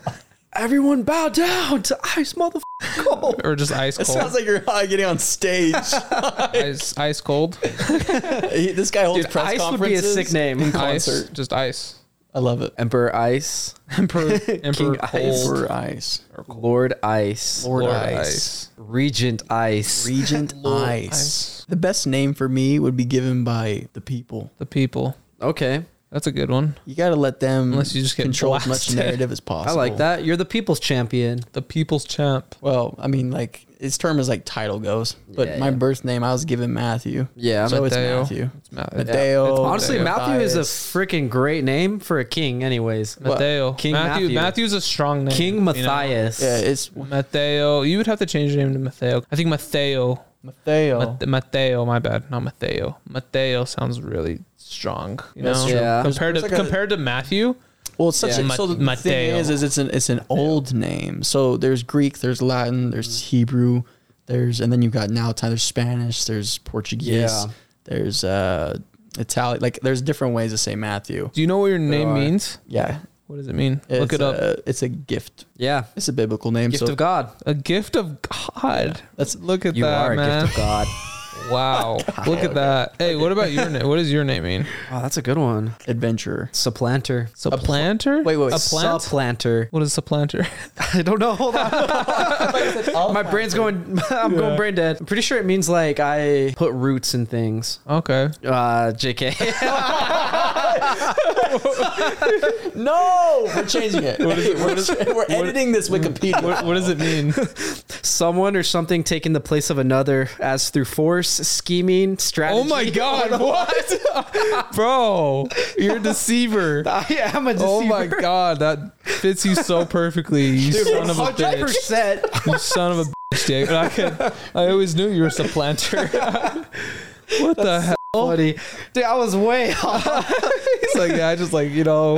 [SPEAKER 3] Everyone bow down to Ice Motherfucker Cold.
[SPEAKER 2] or just ice
[SPEAKER 1] It
[SPEAKER 2] cold.
[SPEAKER 1] sounds like you're <laughs> high getting on stage.
[SPEAKER 2] ice, ice cold.
[SPEAKER 1] <laughs> He- this guy holds
[SPEAKER 3] Dude,
[SPEAKER 1] press
[SPEAKER 3] Ice would be a
[SPEAKER 1] conferences.
[SPEAKER 3] sick name.
[SPEAKER 2] <laughs>
[SPEAKER 1] In
[SPEAKER 2] Ice,
[SPEAKER 1] concert.
[SPEAKER 2] just ice.
[SPEAKER 1] I love it.
[SPEAKER 3] Emperor Ice,
[SPEAKER 2] Emperor, Emperor
[SPEAKER 3] Ice.
[SPEAKER 2] cold.
[SPEAKER 1] Emperor Ice.
[SPEAKER 3] Lord Ice,
[SPEAKER 1] Lord,
[SPEAKER 2] Lord
[SPEAKER 1] Ice.
[SPEAKER 2] ice.
[SPEAKER 3] Regent
[SPEAKER 1] <laughs>
[SPEAKER 3] Ice.
[SPEAKER 1] Regent
[SPEAKER 2] Lord
[SPEAKER 1] ice.
[SPEAKER 2] Ice.
[SPEAKER 1] The best name for me would be given by the people.
[SPEAKER 2] The people.
[SPEAKER 3] okay,
[SPEAKER 2] That's a good one.
[SPEAKER 1] You gotta let them
[SPEAKER 2] Unless you just get
[SPEAKER 1] control as much
[SPEAKER 2] blasted.
[SPEAKER 1] narrative as
[SPEAKER 3] <laughs> I
[SPEAKER 1] possible.
[SPEAKER 3] like that. You're the people's champion.
[SPEAKER 2] The people's champ.
[SPEAKER 1] Well, I mean, like his term is like title goes, but
[SPEAKER 3] Yeah,
[SPEAKER 1] my
[SPEAKER 3] yeah.
[SPEAKER 1] birth name I was given Matthew.
[SPEAKER 3] Yeah,
[SPEAKER 1] so it's
[SPEAKER 2] Mateo.
[SPEAKER 1] Matthew.
[SPEAKER 2] It's Ma-
[SPEAKER 1] Mateo.
[SPEAKER 2] It's
[SPEAKER 3] Honestly,
[SPEAKER 2] Mateo.
[SPEAKER 3] Matthew is a
[SPEAKER 1] Matthias.
[SPEAKER 3] freaking great name for a king, anyways.
[SPEAKER 2] Mateo.
[SPEAKER 3] King
[SPEAKER 2] Matthew.
[SPEAKER 3] Matthew.
[SPEAKER 2] Matthew's a strong name.
[SPEAKER 3] King
[SPEAKER 2] you know?
[SPEAKER 3] Matthias.
[SPEAKER 1] Yeah, it's
[SPEAKER 2] Mateo. You would have to change your name to Mateo. I think Mateo.
[SPEAKER 1] Mateo.
[SPEAKER 3] Oh.
[SPEAKER 2] Mate- Mateo, my bad, not Mateo. Mateo sounds really strong, you
[SPEAKER 1] That's
[SPEAKER 2] know.
[SPEAKER 1] true.
[SPEAKER 3] Yeah.
[SPEAKER 2] Compared to
[SPEAKER 1] It's like a-
[SPEAKER 2] compared to Matthew,
[SPEAKER 1] Well, it's such
[SPEAKER 2] Yeah.
[SPEAKER 1] a, so the
[SPEAKER 2] Ma-
[SPEAKER 1] thing
[SPEAKER 2] Mateo. Mm.
[SPEAKER 1] is, is it's an it's an old name. So there's Greek, there's Latin, there's Hebrew, there's and then you've got now time. There's Spanish, there's Portuguese,
[SPEAKER 3] Yeah.
[SPEAKER 1] there's uh Italian. Like there's different ways to say Matthew.
[SPEAKER 2] do you know what your name
[SPEAKER 3] are.
[SPEAKER 2] means?
[SPEAKER 1] Yeah,
[SPEAKER 2] What does it mean?
[SPEAKER 1] it's
[SPEAKER 2] Look it up.
[SPEAKER 1] A, it's a gift.
[SPEAKER 3] Yeah.
[SPEAKER 1] It's a biblical name.
[SPEAKER 3] Gift
[SPEAKER 1] so
[SPEAKER 3] of God.
[SPEAKER 2] A gift of God. Let's look at
[SPEAKER 3] You
[SPEAKER 2] that,
[SPEAKER 3] are a
[SPEAKER 2] man.
[SPEAKER 3] gift of God.
[SPEAKER 2] Wow. look at that. Hey, what about your name? What does your name mean?
[SPEAKER 3] <laughs> Oh, that's a good one.
[SPEAKER 1] adventurer.
[SPEAKER 3] Supplanter.
[SPEAKER 2] So planter?
[SPEAKER 1] wait, wait.
[SPEAKER 2] A plant?
[SPEAKER 3] Supplanter.
[SPEAKER 2] what is a planter?
[SPEAKER 3] <laughs> I don't know. Hold on. <laughs> My brain's going. I'm going brain dead. I'm pretty sure it means like I put roots in things.
[SPEAKER 2] <laughs> okay.
[SPEAKER 3] Uh, JK.
[SPEAKER 1] No, we're changing
[SPEAKER 2] <laughs>
[SPEAKER 1] it. we're we're editing this Wikipedia.
[SPEAKER 2] What, what does
[SPEAKER 3] <laughs>
[SPEAKER 2] it mean?
[SPEAKER 3] Someone or something taking the place of another as through force, scheming, strategy.
[SPEAKER 2] Oh my god, what? <laughs> Bro, you're
[SPEAKER 3] <laughs>
[SPEAKER 2] a deceiver.
[SPEAKER 3] <laughs> I am a deceiver.
[SPEAKER 2] Oh my god, that fits you so perfectly. You son of a bitch.
[SPEAKER 3] 100%.
[SPEAKER 2] You son of a bitch, David. I could, I always knew you were
[SPEAKER 3] <laughs>
[SPEAKER 2] a supplanter. what the hell?
[SPEAKER 3] Funny. Dude, I was way off.
[SPEAKER 2] It's like I just like you know,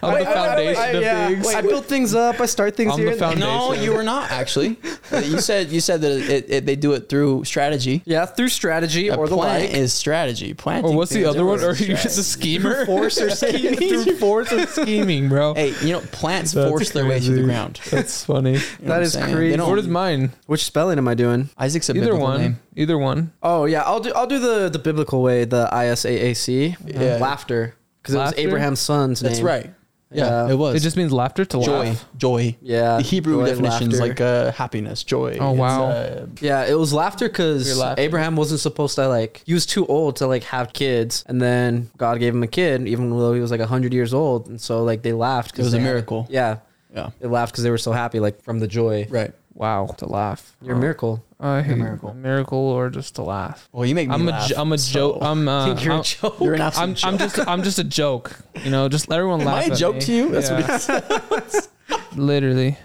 [SPEAKER 2] I'm the foundation
[SPEAKER 3] I,
[SPEAKER 2] of
[SPEAKER 3] yeah.
[SPEAKER 2] things.
[SPEAKER 3] I build things up. I start things
[SPEAKER 2] I'm
[SPEAKER 3] here.
[SPEAKER 2] the
[SPEAKER 3] and-
[SPEAKER 2] foundation.
[SPEAKER 1] no, you were not actually. Uh, You said you said that it, it, they do it through strategy.
[SPEAKER 3] yeah, through strategy
[SPEAKER 1] A
[SPEAKER 3] or the
[SPEAKER 1] plant
[SPEAKER 3] like.
[SPEAKER 1] is strategy. Planting.
[SPEAKER 2] Or Oh, what's the
[SPEAKER 1] things
[SPEAKER 2] other one?
[SPEAKER 1] is
[SPEAKER 2] Are you just
[SPEAKER 1] strategy.
[SPEAKER 2] a schemer?
[SPEAKER 3] Force
[SPEAKER 2] <laughs>
[SPEAKER 3] or
[SPEAKER 2] Through
[SPEAKER 3] scheming.
[SPEAKER 2] force or scheming, bro.
[SPEAKER 1] Hey, you know, plants
[SPEAKER 2] That's
[SPEAKER 1] force their way through the
[SPEAKER 2] crazy.
[SPEAKER 1] ground.
[SPEAKER 2] That's funny.
[SPEAKER 1] You know
[SPEAKER 3] That
[SPEAKER 1] what
[SPEAKER 3] is
[SPEAKER 1] I'm saying? They
[SPEAKER 3] crazy.
[SPEAKER 1] don't-
[SPEAKER 2] What is mine?
[SPEAKER 3] Which spelling am I doing?
[SPEAKER 1] Isaac's a
[SPEAKER 2] Either
[SPEAKER 1] biblical
[SPEAKER 2] one.
[SPEAKER 1] name.
[SPEAKER 2] Either one.
[SPEAKER 3] Oh yeah, I'll do I'll do the the biblical way, the I S A A C.
[SPEAKER 1] Yeah.
[SPEAKER 3] Laughter. Because it was
[SPEAKER 2] Laughter?
[SPEAKER 3] Abraham's son's name.
[SPEAKER 1] That's right. Yeah,
[SPEAKER 3] Yeah.
[SPEAKER 1] it was.
[SPEAKER 2] It just means laughter to
[SPEAKER 1] joy,
[SPEAKER 2] laugh.
[SPEAKER 1] joy.
[SPEAKER 3] Yeah,
[SPEAKER 1] The Hebrew
[SPEAKER 3] joy,
[SPEAKER 1] definition is
[SPEAKER 3] laughter.
[SPEAKER 1] like uh, happiness, joy.
[SPEAKER 2] Oh, wow.
[SPEAKER 1] It's, uh,
[SPEAKER 3] Yeah, it was laughter
[SPEAKER 2] You're
[SPEAKER 3] because
[SPEAKER 2] laughing.
[SPEAKER 3] Abraham wasn't supposed to like. He was too old to like have kids, and then God gave him a kid, even though he was like hundred years old. And so like they laughed. 'cause
[SPEAKER 1] It was a
[SPEAKER 3] they had-
[SPEAKER 1] miracle.
[SPEAKER 3] yeah,
[SPEAKER 1] yeah.
[SPEAKER 3] they laughed because they were so happy, like from the joy.
[SPEAKER 1] Right.
[SPEAKER 2] Wow, to laugh.
[SPEAKER 3] You're a miracle.
[SPEAKER 2] I hate
[SPEAKER 1] miracle.
[SPEAKER 2] miracle, miracle, or just to laugh.
[SPEAKER 1] Well, you make me
[SPEAKER 2] I'm a,
[SPEAKER 1] laugh.
[SPEAKER 2] jo- I'm a
[SPEAKER 1] so-
[SPEAKER 2] joke. I'm
[SPEAKER 3] <laughs>
[SPEAKER 2] uh,
[SPEAKER 3] You're a
[SPEAKER 2] I'm,
[SPEAKER 1] <laughs>
[SPEAKER 3] joke.
[SPEAKER 1] You're an absolute
[SPEAKER 2] I'm,
[SPEAKER 1] joke.
[SPEAKER 2] I'm just I'm just a joke. You know, just let everyone
[SPEAKER 1] Am I
[SPEAKER 2] laugh.
[SPEAKER 1] a
[SPEAKER 2] at
[SPEAKER 1] joke
[SPEAKER 2] me.
[SPEAKER 1] to you? That's what
[SPEAKER 2] yeah, literally.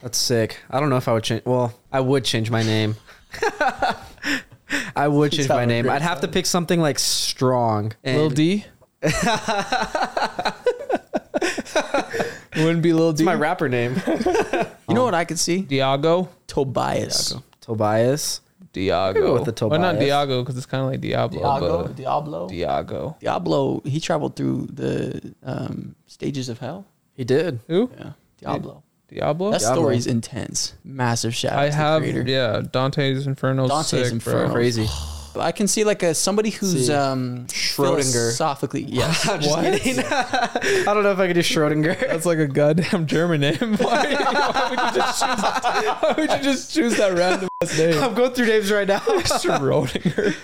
[SPEAKER 3] That's sick. I don't know if I would change. Well, I would change my name. <laughs> I would change
[SPEAKER 1] Sound
[SPEAKER 3] my name.
[SPEAKER 1] great
[SPEAKER 3] I'd have to pick something like strong. And
[SPEAKER 2] Lil D.
[SPEAKER 1] <laughs>
[SPEAKER 2] Wouldn't be Lil D.
[SPEAKER 3] My
[SPEAKER 1] <laughs>
[SPEAKER 3] rapper name.
[SPEAKER 1] You know what I could see?
[SPEAKER 2] Diago.
[SPEAKER 1] <laughs> Tobias.
[SPEAKER 3] Tobias.
[SPEAKER 2] Diago.
[SPEAKER 3] with the
[SPEAKER 2] Well, not
[SPEAKER 3] Tobias.
[SPEAKER 2] Diago because it's kind of like Diablo.
[SPEAKER 1] Diablo.
[SPEAKER 2] But
[SPEAKER 1] Diablo.
[SPEAKER 2] Diago.
[SPEAKER 1] Diablo. He traveled through the um, stages of hell.
[SPEAKER 3] He did.
[SPEAKER 2] Who?
[SPEAKER 1] Yeah. Diablo.
[SPEAKER 2] Diablo.
[SPEAKER 1] That
[SPEAKER 3] Diablo.
[SPEAKER 1] story's intense. Massive shout out
[SPEAKER 2] I
[SPEAKER 1] to
[SPEAKER 2] have
[SPEAKER 1] the creator.
[SPEAKER 2] yeah. Dante's Inferno.
[SPEAKER 1] Dante's
[SPEAKER 2] sick,
[SPEAKER 1] Inferno.
[SPEAKER 2] Bro.
[SPEAKER 3] Crazy.
[SPEAKER 1] I can see like a somebody who's
[SPEAKER 3] See.
[SPEAKER 1] um
[SPEAKER 3] Schrodinger.
[SPEAKER 1] philosophically yes.
[SPEAKER 3] I'm just kidding. <laughs> I don't know if I could do Schrodinger.
[SPEAKER 2] <laughs> That's like a goddamn <laughs> German name. <laughs> Why, why would you just choose? Why would you just choose that random ass
[SPEAKER 1] <laughs>
[SPEAKER 3] <laughs>
[SPEAKER 2] name?
[SPEAKER 3] I'm going through names right
[SPEAKER 2] <laughs>
[SPEAKER 3] now.
[SPEAKER 2] Schrodinger.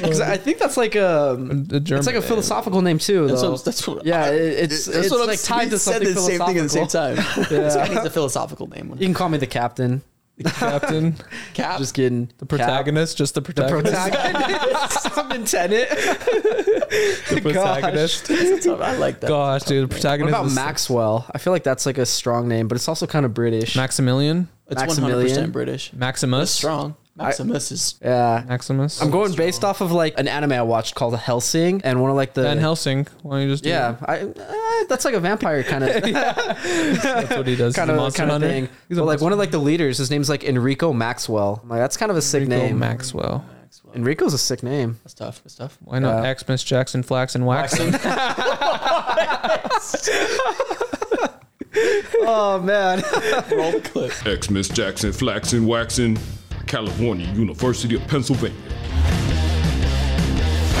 [SPEAKER 3] 'Cause I think that's like a.
[SPEAKER 2] The German.
[SPEAKER 3] It's like a
[SPEAKER 2] name.
[SPEAKER 3] philosophical name too,
[SPEAKER 1] That's
[SPEAKER 3] though.
[SPEAKER 1] what- that's what-
[SPEAKER 3] yeah, it, <laughs> it's it's
[SPEAKER 1] I'm
[SPEAKER 3] like
[SPEAKER 1] saying.
[SPEAKER 3] tied to
[SPEAKER 1] We said
[SPEAKER 3] something
[SPEAKER 1] the same thing at the same
[SPEAKER 3] philosophical.
[SPEAKER 1] time. This guy needs a philosophical name.
[SPEAKER 3] <laughs> You can call me the captain.
[SPEAKER 2] captain.
[SPEAKER 1] <laughs> Cap.
[SPEAKER 3] Just kidding.
[SPEAKER 2] The protagonist, just the protagonist. <laughs>
[SPEAKER 3] protagonist. I'm in Tenet. <laughs>
[SPEAKER 2] The protagonist.
[SPEAKER 1] I like that.
[SPEAKER 2] <laughs> Gosh, dude, the
[SPEAKER 3] What
[SPEAKER 2] protagonist.
[SPEAKER 3] about
[SPEAKER 2] is-
[SPEAKER 3] Maxwell? I feel like that's like a strong name, but it's also kind of British.
[SPEAKER 2] Maximilian?
[SPEAKER 1] It's one hundred
[SPEAKER 3] Maximilian.
[SPEAKER 1] percent British.
[SPEAKER 2] Maximus?
[SPEAKER 1] Strong. Maximus is
[SPEAKER 3] yeah.
[SPEAKER 2] Maximus.
[SPEAKER 3] I'm going based off of like an anime I watched called Helsing, and one of like the
[SPEAKER 2] Van Helsing. Why don't you just do
[SPEAKER 3] yeah, I, uh, that's like a
[SPEAKER 2] <laughs>
[SPEAKER 3] vampire kind of
[SPEAKER 2] That's what he does.
[SPEAKER 3] kind
[SPEAKER 2] He's a
[SPEAKER 3] of
[SPEAKER 2] monster
[SPEAKER 3] kind of
[SPEAKER 2] hunter.
[SPEAKER 3] thing.
[SPEAKER 2] He's
[SPEAKER 3] But
[SPEAKER 2] a
[SPEAKER 3] like
[SPEAKER 2] monster
[SPEAKER 3] one of like the leaders, his name's like Enrico Maxwell. I'm like that's kind of a sick
[SPEAKER 2] hunter. Go
[SPEAKER 3] name.
[SPEAKER 2] Maxwell.
[SPEAKER 1] Maxwell.
[SPEAKER 3] Enrico's a sick
[SPEAKER 2] <laughs>
[SPEAKER 3] name.
[SPEAKER 1] That's tough. That's tough.
[SPEAKER 2] Why not
[SPEAKER 3] Yeah.
[SPEAKER 2] Xmas, Jackson, Flax, and Wax?
[SPEAKER 3] Oh man,
[SPEAKER 1] Roll the clip.
[SPEAKER 5] Xmas Jackson, Flaxen, Waxen, California, University of Pennsylvania.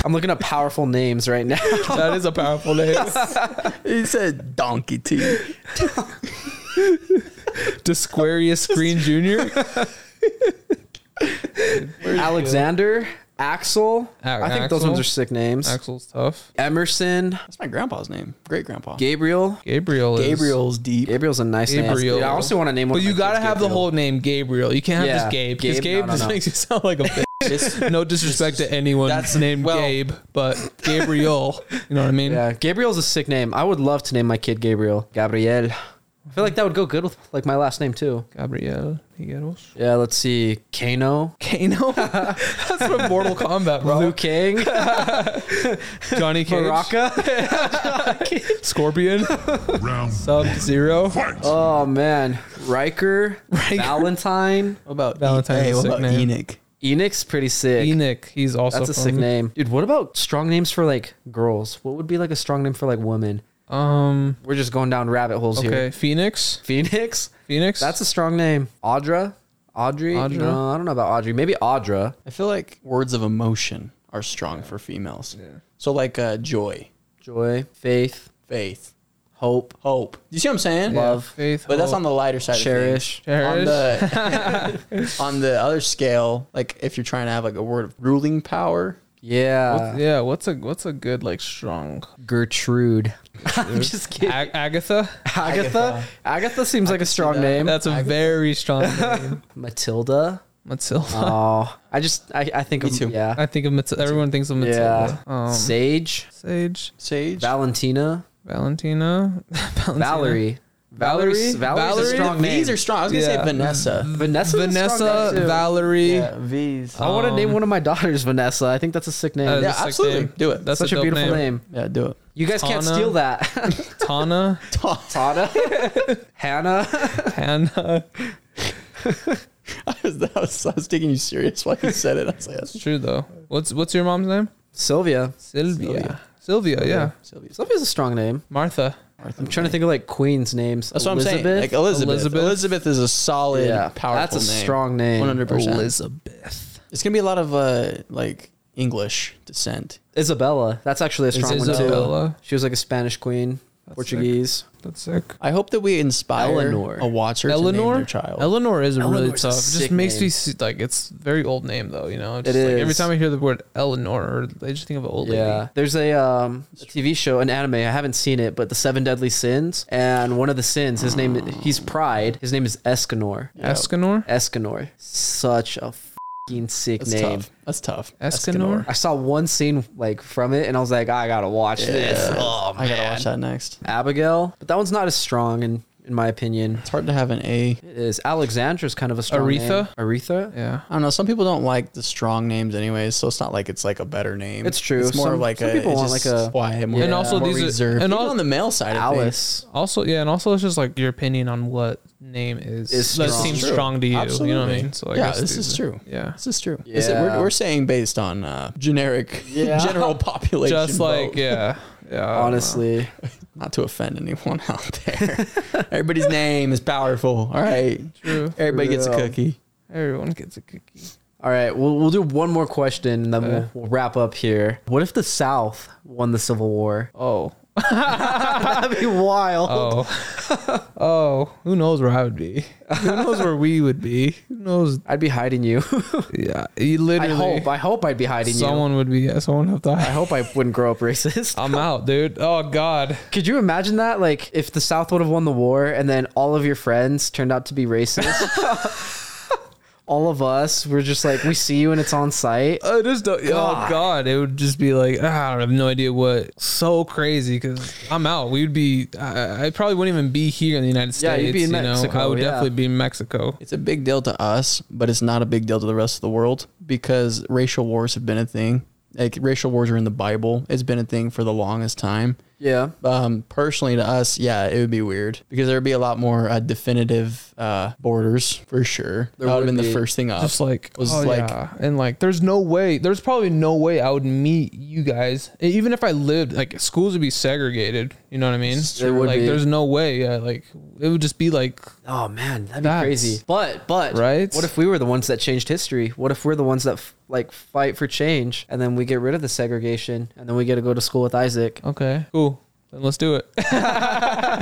[SPEAKER 3] <laughs> I'm looking up powerful names right
[SPEAKER 2] <laughs>
[SPEAKER 3] now.
[SPEAKER 2] that is a
[SPEAKER 3] <laughs>
[SPEAKER 2] powerful name.
[SPEAKER 1] <laughs>
[SPEAKER 2] <laughs>
[SPEAKER 1] He said donkey T.
[SPEAKER 2] Desquarius Green
[SPEAKER 3] <laughs>
[SPEAKER 2] Jr.
[SPEAKER 3] Alexander, Axel.
[SPEAKER 2] A-
[SPEAKER 3] I think those
[SPEAKER 2] Axel?
[SPEAKER 3] ones are sick names.
[SPEAKER 2] Axel's tough.
[SPEAKER 3] Emerson,
[SPEAKER 1] That's my grandpa's name. Great grandpa.
[SPEAKER 3] Gabriel.
[SPEAKER 2] Gabriel is.
[SPEAKER 1] Gabriel's deep.
[SPEAKER 3] Gabriel's a nice name.
[SPEAKER 2] Gabriel.
[SPEAKER 3] Dude, I honestly want to name one.
[SPEAKER 2] But
[SPEAKER 3] of
[SPEAKER 2] you
[SPEAKER 3] my
[SPEAKER 2] gotta
[SPEAKER 3] kids
[SPEAKER 2] have the
[SPEAKER 3] Gabriel.
[SPEAKER 2] whole name Gabriel. You can't have
[SPEAKER 3] Yeah.
[SPEAKER 2] just Gabe. Because
[SPEAKER 3] Gabe? No,
[SPEAKER 2] Gabe
[SPEAKER 3] no,
[SPEAKER 2] just
[SPEAKER 3] no.
[SPEAKER 2] makes you sound like a bitch.
[SPEAKER 3] <laughs>
[SPEAKER 2] <laughs>
[SPEAKER 1] This-
[SPEAKER 2] no disrespect to anyone
[SPEAKER 1] that's-
[SPEAKER 2] named
[SPEAKER 1] well-
[SPEAKER 2] Gabe, but Gabriel. You know what I mean?
[SPEAKER 3] Yeah, Gabriel's a sick name. I would love to name my kid Gabriel. Gabriel. I feel like that would go good with like my last name too.
[SPEAKER 2] Gabriel Higueros.
[SPEAKER 3] Yeah, let's see. Kano.
[SPEAKER 2] <laughs> Kano? That's from Mortal Kombat, bro.
[SPEAKER 3] Liu Kang.
[SPEAKER 2] Johnny Cage.
[SPEAKER 3] Baraka.
[SPEAKER 2] <laughs> Scorpion.
[SPEAKER 4] Round
[SPEAKER 2] Sub Zero.
[SPEAKER 3] Oh man. Riker. Valentine.
[SPEAKER 1] What about E-
[SPEAKER 2] Valentine's
[SPEAKER 1] Hey, what
[SPEAKER 2] sick
[SPEAKER 1] about
[SPEAKER 2] name.
[SPEAKER 1] Enoch?
[SPEAKER 3] Enoch's pretty sick.
[SPEAKER 2] Enoch. He's also
[SPEAKER 3] That's a
[SPEAKER 2] from-
[SPEAKER 3] sick name. Dude, what about strong names for like girls? What would be like a strong name for like women?
[SPEAKER 2] Um.
[SPEAKER 3] We're just going down rabbit holes
[SPEAKER 2] Okay.
[SPEAKER 3] here.
[SPEAKER 2] Phoenix.
[SPEAKER 3] Phoenix.
[SPEAKER 2] Phoenix.
[SPEAKER 3] That's a strong name. Audra. Audrey.
[SPEAKER 2] Audra.
[SPEAKER 3] No, I don't know about Audrey. Maybe Audra.
[SPEAKER 1] I feel like words of emotion are strong for females. So like uh, joy,
[SPEAKER 3] Joy. Faith.
[SPEAKER 1] faith,
[SPEAKER 3] Hope.
[SPEAKER 1] hope. You see what I'm saying?
[SPEAKER 2] Yeah,
[SPEAKER 3] love.
[SPEAKER 2] Faith.
[SPEAKER 1] But that's
[SPEAKER 2] hope.
[SPEAKER 1] on the lighter side.
[SPEAKER 3] Cherish.
[SPEAKER 1] Of things. On
[SPEAKER 2] Cherish.
[SPEAKER 1] the on the other scale, like if you're trying to have like a word of ruling power,
[SPEAKER 3] Yeah.
[SPEAKER 2] What's- yeah. What's a What's a good like strong? <laughs>
[SPEAKER 3] Gertrude. <laughs> I'm just kidding.
[SPEAKER 2] Ag- Agatha.
[SPEAKER 3] Agatha. Agatha seems like a strong name.
[SPEAKER 2] That's a very strong name. <laughs>
[SPEAKER 3] Matilda.
[SPEAKER 2] Matilda.
[SPEAKER 3] Oh, I just I, I think
[SPEAKER 1] Me
[SPEAKER 3] of
[SPEAKER 1] too.
[SPEAKER 3] yeah
[SPEAKER 2] I think of Matilda. Everyone thinks of
[SPEAKER 3] yeah
[SPEAKER 2] Matilda. Um,
[SPEAKER 3] Sage,
[SPEAKER 2] Sage.
[SPEAKER 1] sage,
[SPEAKER 3] Valentina,
[SPEAKER 2] Valentina. <laughs> Valentina.
[SPEAKER 3] Valerie. Valerie's, Valerie's
[SPEAKER 2] Valerie's-
[SPEAKER 3] a
[SPEAKER 2] Valerie?
[SPEAKER 3] strong name.
[SPEAKER 1] These are strong. I was gonna
[SPEAKER 2] Yeah.
[SPEAKER 1] say Vanessa. Uh,
[SPEAKER 3] Vanessa.
[SPEAKER 2] Vanessa. Valerie.
[SPEAKER 1] V's.
[SPEAKER 3] I want to name
[SPEAKER 2] um,
[SPEAKER 3] one of my daughters Vanessa. I think that's a sick name.
[SPEAKER 2] That is
[SPEAKER 1] Yeah,
[SPEAKER 2] a sick
[SPEAKER 1] absolutely.
[SPEAKER 2] name.
[SPEAKER 1] Do it.
[SPEAKER 2] That's
[SPEAKER 3] such a
[SPEAKER 2] dope
[SPEAKER 3] beautiful name.
[SPEAKER 1] Yeah, do it. <laughs>
[SPEAKER 3] You guys can't
[SPEAKER 2] Tana.
[SPEAKER 3] steal that.
[SPEAKER 2] Tana.
[SPEAKER 3] Tana, Hannah.
[SPEAKER 2] Hannah.
[SPEAKER 1] I was, that was, I was taking you serious while you said it. I was like,
[SPEAKER 2] <laughs>
[SPEAKER 1] that's
[SPEAKER 2] True though. What's What's your mom's name?
[SPEAKER 3] Sylvia.
[SPEAKER 2] Sylvia. Sylvia. Yeah.
[SPEAKER 1] Sylvia's
[SPEAKER 3] Sylvia's a strong name.
[SPEAKER 2] Martha.
[SPEAKER 1] Martha.
[SPEAKER 3] I'm trying to think of like queens names.
[SPEAKER 1] That's what I'm saying. Like Elizabeth. Elizabeth.
[SPEAKER 2] Elizabeth.
[SPEAKER 1] is a solid,
[SPEAKER 3] yeah,
[SPEAKER 1] powerful.
[SPEAKER 3] that's a
[SPEAKER 1] name.
[SPEAKER 3] strong name.
[SPEAKER 1] 100%.
[SPEAKER 2] Elizabeth.
[SPEAKER 1] It's gonna be a lot of uh, like English descent.
[SPEAKER 3] Isabella. That's actually a strong one too.
[SPEAKER 2] Isabella.
[SPEAKER 3] She was like a Spanish queen. Portuguese.
[SPEAKER 2] That's sick.
[SPEAKER 1] I hope that we inspire
[SPEAKER 3] Eleanor.
[SPEAKER 1] a watcher to name
[SPEAKER 2] Eleanor,
[SPEAKER 1] their child.
[SPEAKER 2] Eleanor is a really
[SPEAKER 3] Eleanor's a
[SPEAKER 2] tough. It
[SPEAKER 3] sick
[SPEAKER 2] just makes
[SPEAKER 3] name.
[SPEAKER 2] me see, like it's a very old name though. You know,
[SPEAKER 3] It
[SPEAKER 2] just like, every
[SPEAKER 3] is.
[SPEAKER 2] time I hear the word Eleanor, or I just think of an old
[SPEAKER 3] Yeah,
[SPEAKER 2] lady.
[SPEAKER 3] there's a, um, a TV show, an anime. I haven't seen it, but the Seven Deadly Sins, and one of the sins, his name, he's Pride. His name is Escanor.
[SPEAKER 2] Escanor.
[SPEAKER 3] Escanor. Such a fucking sick
[SPEAKER 1] That's
[SPEAKER 3] name.
[SPEAKER 1] tough. That's tough.
[SPEAKER 2] Escanor.
[SPEAKER 3] I saw one scene like from it, and I was like, I gotta watch this. Oh,
[SPEAKER 1] I gotta watch that next.
[SPEAKER 3] Abigail, but that one's not as strong in in my opinion.
[SPEAKER 1] It's hard to have an A.
[SPEAKER 3] It is Alexandra's kind of a strong name.
[SPEAKER 2] Aretha?
[SPEAKER 3] Aretha.
[SPEAKER 2] Yeah.
[SPEAKER 1] I don't know. Some people don't like the strong names, anyways. So it's not like it's like a better name.
[SPEAKER 3] It's true.
[SPEAKER 1] It's more
[SPEAKER 3] Some-
[SPEAKER 1] of like
[SPEAKER 3] some
[SPEAKER 1] a
[SPEAKER 3] people
[SPEAKER 1] it's
[SPEAKER 3] want
[SPEAKER 1] just
[SPEAKER 3] like a-
[SPEAKER 1] quiet, more,
[SPEAKER 2] And also
[SPEAKER 1] more
[SPEAKER 2] these are-
[SPEAKER 1] reserved.
[SPEAKER 2] and
[SPEAKER 1] Even
[SPEAKER 2] al-
[SPEAKER 1] on the male side, of things.
[SPEAKER 3] Alice.
[SPEAKER 2] Also, yeah, and also it's just like your opinion on what name is,
[SPEAKER 3] Is
[SPEAKER 2] that
[SPEAKER 3] strong.
[SPEAKER 2] seems
[SPEAKER 1] True.
[SPEAKER 2] strong to you. You know what I
[SPEAKER 1] Absolutely.
[SPEAKER 2] mean? So I
[SPEAKER 1] yeah,
[SPEAKER 2] guess
[SPEAKER 1] this
[SPEAKER 2] these
[SPEAKER 1] is
[SPEAKER 2] are-
[SPEAKER 1] true.
[SPEAKER 2] Yeah.
[SPEAKER 1] This is true. Is it-
[SPEAKER 3] Yeah.
[SPEAKER 1] we're, we're saying based on uh, generic,
[SPEAKER 3] Yeah.
[SPEAKER 1] <laughs>
[SPEAKER 3] <laughs>
[SPEAKER 1] general population.
[SPEAKER 2] Just like
[SPEAKER 1] vote.
[SPEAKER 2] yeah, yeah. I don't
[SPEAKER 3] Honestly,
[SPEAKER 1] not to offend anyone <laughs> out there. Everybody's name is powerful. All right,
[SPEAKER 2] know. true.
[SPEAKER 1] everybody gets a
[SPEAKER 3] Yeah.
[SPEAKER 1] cookie.
[SPEAKER 2] Everyone gets a cookie.
[SPEAKER 3] all right, we'll we'll do one more question and then we'll, we'll wrap up here. What if the South won the Civil War? <laughs>
[SPEAKER 2] Oh,
[SPEAKER 3] That'd be wild.
[SPEAKER 2] oh,
[SPEAKER 3] <laughs>
[SPEAKER 2] oh. Who knows where I would be? Who knows where we would be? Who knows?
[SPEAKER 3] I'd be hiding
[SPEAKER 2] <laughs>
[SPEAKER 3] you.
[SPEAKER 2] Yeah, you
[SPEAKER 3] I
[SPEAKER 2] literally.
[SPEAKER 3] hope. I hope I'd be hiding
[SPEAKER 2] someone would be. Yeah, someone have
[SPEAKER 3] you. I
[SPEAKER 2] died.
[SPEAKER 3] hope I wouldn't grow up racist.
[SPEAKER 2] <laughs> I'm out, dude. Oh God.
[SPEAKER 3] Could you imagine that? Like, if the South would have won the war and then all of your friends turned out to be
[SPEAKER 2] <laughs>
[SPEAKER 3] racist, all of us were just like, we see you and it's on site.
[SPEAKER 2] I just don't.
[SPEAKER 3] God.
[SPEAKER 2] Oh God, it would just be like ah, I have no idea what. So crazy because I'm out. We'd be. I, I probably wouldn't even be here in the United
[SPEAKER 3] Yeah,
[SPEAKER 2] States.
[SPEAKER 3] you'd be in
[SPEAKER 2] you know?
[SPEAKER 3] Mexico,
[SPEAKER 2] I would
[SPEAKER 3] yeah.
[SPEAKER 2] definitely be in Mexico.
[SPEAKER 1] It's a big deal to us, but it's not a big deal to the rest of the world because racial wars have been a thing. Like racial wars are in the Bible. It's been a thing for the longest time.
[SPEAKER 3] Yeah.
[SPEAKER 1] um, personally to us, yeah, it would be weird because there would be a lot more uh, definitive uh, borders for sure. that would
[SPEAKER 3] would
[SPEAKER 1] have been
[SPEAKER 3] be.
[SPEAKER 1] the first thing up.
[SPEAKER 2] Just like
[SPEAKER 1] was
[SPEAKER 2] oh,
[SPEAKER 1] like
[SPEAKER 2] yeah. and like there's no way. There's probably no way I would meet you guys. E- Even if I lived like schools would be segregated. You know what I mean?
[SPEAKER 3] It would
[SPEAKER 2] like
[SPEAKER 3] be.
[SPEAKER 2] there's no way. Yeah, like it would just be like
[SPEAKER 3] Oh, man. That'd be
[SPEAKER 2] That's-
[SPEAKER 3] crazy. But, but,
[SPEAKER 2] Right?
[SPEAKER 3] What if we were the ones that changed history? What if we're the ones that, f- like, fight for change and then we get rid of the segregation and then we get to go to school with Isaac?
[SPEAKER 2] okay, cool. Then let's do it. <laughs>